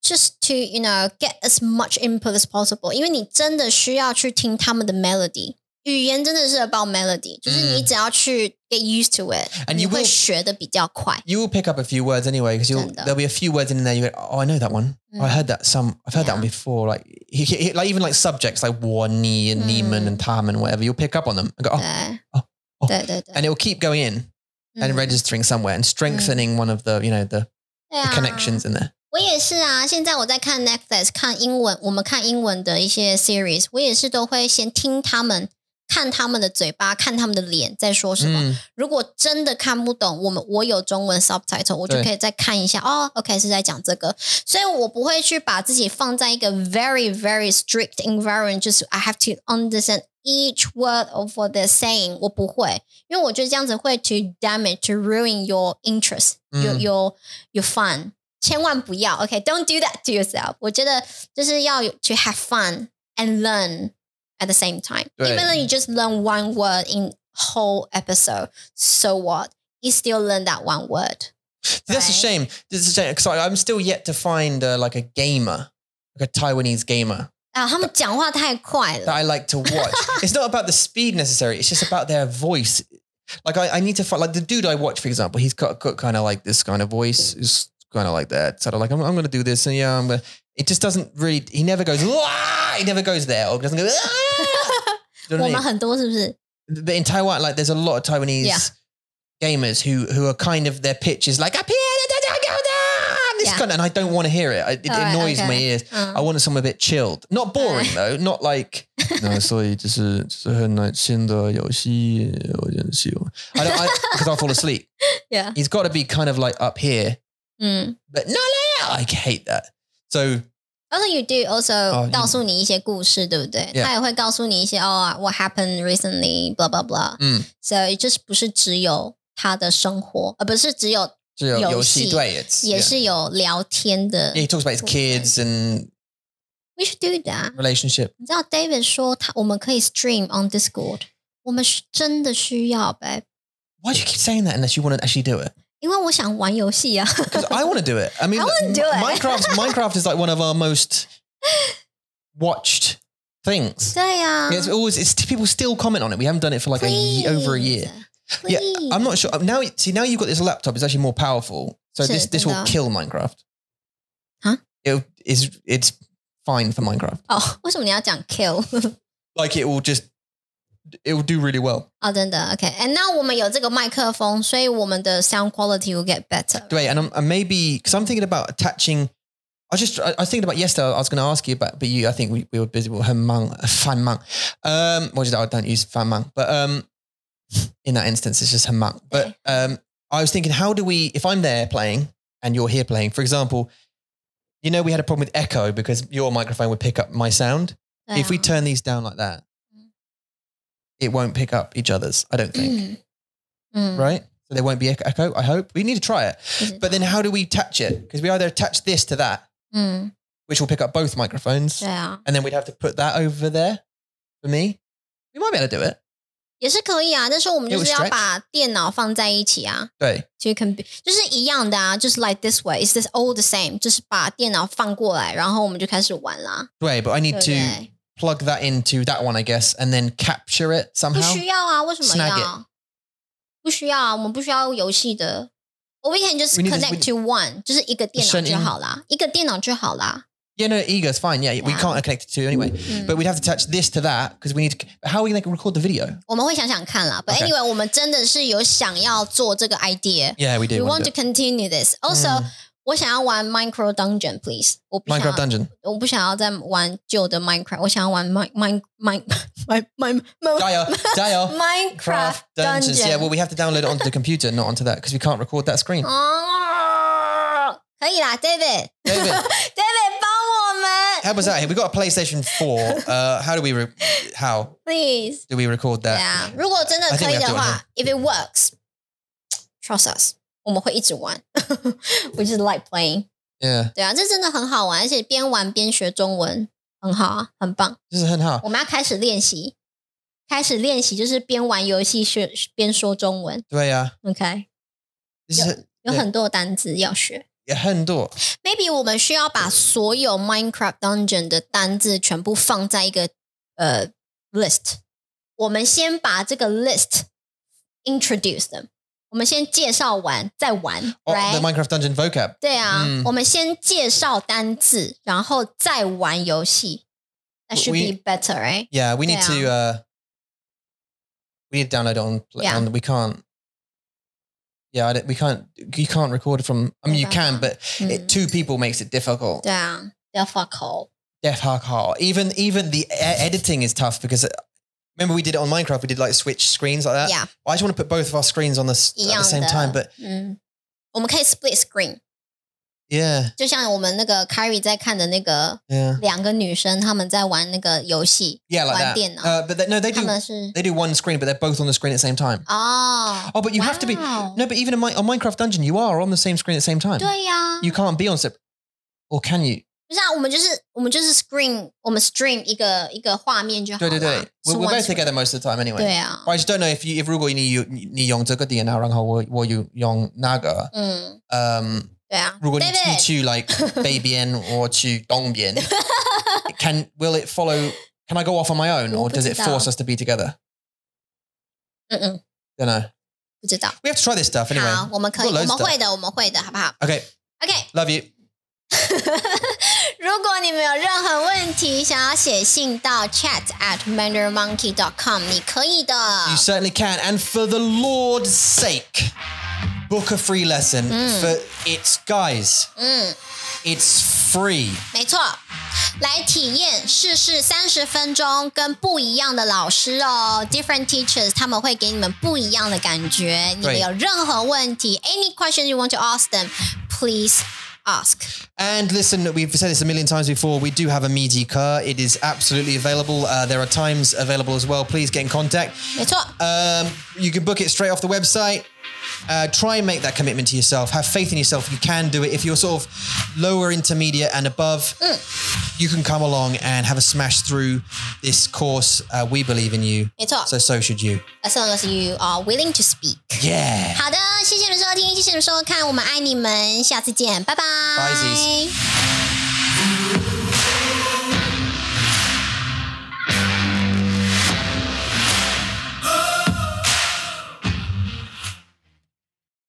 Just to you know get as much input as possible，因为你真的需要去听他们的 melody，语言真的是 about melody，就是你
嗯
只要去 get used to it，、
And
你
you
会
will-
学的比较快。
you will pick up a few words anyway because you'll
真的。
there'll be a few words in there. You go, oh, I know that one. Oh, I
Mm.
heard that some. I've heard
Yeah.
that one before. Like, he, he- he- like even like subjects like war, knee, and
Mm.
Neiman, and Tam, and whatever. You'll pick up on them and go, oh,
对
哦，哦
对对对，
and it will keep going in
嗯 Mm.
and registering somewhere and strengthening one of the you know the,
对
the
啊
connections in there.
我也是啊，现在我在看 Netflix 看英文，我们看英文的一些 series，我也是都会先听他们。看他们的嘴巴，看他们的脸在说什么。
Mm.
如果真的看不懂，我们我有中文 subtitle，我就
对
可以再看一下。哦，OK，是在讲这个，所以我不会去把自己放在一个 very very strict environment，就是 I have to understand each word of what they're saying。我不会，因为我觉得这样子会 to damage to ruin your interest，your
嗯
your your fun。千万不要，OK，don't、do that to yourself。我觉得就是要有 to have fun and learn at the same time。
对
Even though you just learn one word in whole episode, so what? You still learn that one word.
That's a
Right.
shame. This is a shame because I'm still yet to find uh, like a gamer, like a Taiwanese gamer
啊，他们讲话太快
that
了。
I like to watch. it's not about the speed necessarily. It's just about their voice. Like I, I need to find like the dude I watch, for example. He's got, got kind of like this kind of voice. Is kind of like that. Sort of like I'm, I'm going to do this, and yeah, I'm going. to It just doesn't really. He never goes. "Wah!" He never goes there, or doesn't go. "Ah!" Do you know
我
what I
们
mean?
很多是不是？
But in Taiwan, like there's a lot of Taiwanese
Yeah.
gamers who who are kind of their pitch is like up here, da, da, da, go down," this
Yeah.
kind of, and I don't want to hear it. I, it
Alright,
annoys my
okay. Uh.
ears.
嗯
I want someone a bit chilled, not boring though, not like. no, sorry, just a, just a night Yoshi. I don't because I, will fall asleep.
Yeah.
he's got to be kind of like up here,
嗯
but no, no, no, I hate that. So
，also you do also、
Oh, you-
告诉你一些故事，对不对
Yeah.
他也会告诉你一些哦、w h a t happened recently，blah blah blah。
嗯
，so it just 不是只有他的生活，而不是只有游戏，
只有游戏对，it's-
也
yeah.
是有聊天的。
Yeah, he talks about his kids and
We should do that。
relationship.
你知道 David 说他我们可以 stream on Discord，我们是真的需要呗，
Why do you keep saying that unless you want to actually do it?
因为我想玩游戏啊。
Because I want to do it. I mean,
I wanna do it.
Minecraft. Minecraft is like one of our most watched things.
对呀、
It's always it's people still comment on it. We haven't done it for like a ye- over a year.
Please.
Yeah, I'm not sure. Now, see, now you've got this laptop. It's actually more powerful. So
Sure,
this this
no.
will kill Minecraft.
Huh?
It is it's fine for Minecraft.
哦，为什么你要讲 kill？
Like it will just it will do really well.
哦，真的 OK。And now 我们有这个麦克风，所以我们的 sound quality will get better。
Wait, and I'm and maybe because I'm thinking about attaching. I just I, I was thinking about yesterday. I was going to ask you about, but you I think we, we were busy with Hemang Fanmang. Um, what is that? I don't use Fanmang, but um, in that instance, it's just Hemang. But um, I was thinking, how do we? If I'm there playing and you're here playing, for example, you know we had a problem with echo because your microphone would pick up my sound.
对啊
If we turn these down like that, it won't pick up each other's. I don't think,
嗯嗯
right? So there won't be echo- echo. I hope we need to try it.
不知
But then how do we attach it? Because we either attach this to that,
嗯，
which will pick up both microphones,
对啊，
and then we'd have to put that over there for me. We might be able to do it.
也是可以啊。但是我们
It
就
was
是要
stretch.
把电脑放在一起啊。
对，
就 can be 就是一样的啊，就是 like this way, is this all the same？就是把电脑放过来，然后我们就开始玩啦，
对, but I
对
need
不
to
对？
plug that into that one, I guess, and then capture it
不
somehow.
需要啊，为什么
Snag
要？不需要啊，我们不需要游戏的。Or We can just
We need this-
connect to one，就是一个电脑
声音
就好啦，一个电脑就好啦。
Yeah, no, ego's fine. Yeah, we
Yeah. Mm.
can't connect it to anyway.
嗯
But we'd have to attach this to that because we need to. but How are we going to record the video?
我们会想想看啦。But
Okay.
anyway，我们真的是有想要做这个 idea。
Yeah, we
We
do.
want
want
to
to
continue this. Also，我
嗯
想要玩 Minecraft Dungeon, please。我不想要
Minecraft Dungeon.
我不想要再玩旧的 Minecraft，我想要玩 Min Min Min Min Min
Dial, dial.
Minecraft
Craft dungeons. Yeah, well, we have to download it onto the computer, not onto that, because we can't record that screen.
哦，可以啦，David，David
David,
帮我们
help us out here. We've got a PlayStation 4. Uh, how do we, re- how
，please。
do we record
对
that?
啊，如果真的
I think
可以
we have
的
to
话，if it works，trust us，我们会一直玩 ，we just like playing。
Yeah，
对啊，这真的很好玩，而且边玩边学中文，很好啊，很棒。
就是很好。
我们要开始练习，开始练习就是边玩游戏学边说中文。
对呀、
OK，
就是
有很多单词要学。
也很多。
Maybe 我们需要把所有 Minecraft Dungeon 的单字全部放在一个呃 list。我们先把这个 list introduce them，我们先介绍完再玩、
哦、
r i g
Oh, The
h t
Minecraft Dungeon vocab.
对啊，
嗯
我们先介绍单字，然后再玩游戏。That should
We-
be better, right?
Yeah, we need
Yeah.
to. Uh, we need to download it on.
Yeah.
on we can't. Yeah, I don't- we can't. You can't record it from. I mean, you
Yeah.
can, but
Mm.
it, two people makes it difficult.
对啊 d e f i c u l t
Death hard, hard. Even even the e- editing is tough because. uh, Remember we did it on Minecraft. We did like switch screens like that.
Yeah.
I just want to put both of our screens on the s-
一
at
样
Uh, the
的。
same time, but
嗯，我们可以 split screen，
yeah,
就像我们那个 Carrie 在看的那个
yeah,
两个女生，她们在玩那个游戏，
yeah, like
One
that.
din, uh.
Uh, but they, no, they
她
do
们是
they do one screen, but they're both on the screen at the same time.
哦
Oh, but you have to be
Wow.
no, but even in my, on Minecraft Dungeon, you are on the same screen at the same time.
对呀、
You can't be on separate, or can you?
不是啊，我们就是我们就是 screen，我们 stream 一个一个画面就好了。
对对对
Ah, So
，we're we're
one
both
screen
together most of the time anyway.
对啊
But，I just don't know if you if 如果你有你你用这个电脑，然后我我有用那个，
嗯，
嗯，
对啊。
如果你
David，
你去 like 北边或去东边，can will it follow? Can I go off on my own,
我
or
不
does it
知道
force us to be together?
嗯嗯，
Don't know.
不知道。
We have to try this
好
stuff anyway.，
Ah, 我们可以，
We've got
我
loads
们
of stuff.
会的，我们会的，好不好
Okay,
？OK，
love you.
如果你们有任何问题，想要写信到 chat at mandarinmonkey.com，你可以的。
You certainly can. And for the Lord's sake, book a free lesson
Hmm.
for it's guys.
嗯，
It's free.
没错，来体验试试三十分钟，跟不一样的老师哦，different teachers，他们会给你们不一样的感觉。你们有任何问题，any question you want to ask them，please ask。
And listen, we've said this a million times before. We do have a media car. It is absolutely available. Uh, there are times available as well. Please get in contact.
没错，
Um, you can book it straight off the website. Uh, try and make that commitment to yourself. Have faith in yourself. You can do it. If you're sort of lower intermediate and above,
Mm.
you can come along and have a smash through this course. Uh, we believe in you.
It's up.
So so should you.
as long as you are willing to speak。
Yeah.
好的，谢谢你们收听，谢谢你们收看，我们爱你们，下次见，拜拜。
Bye, Ziz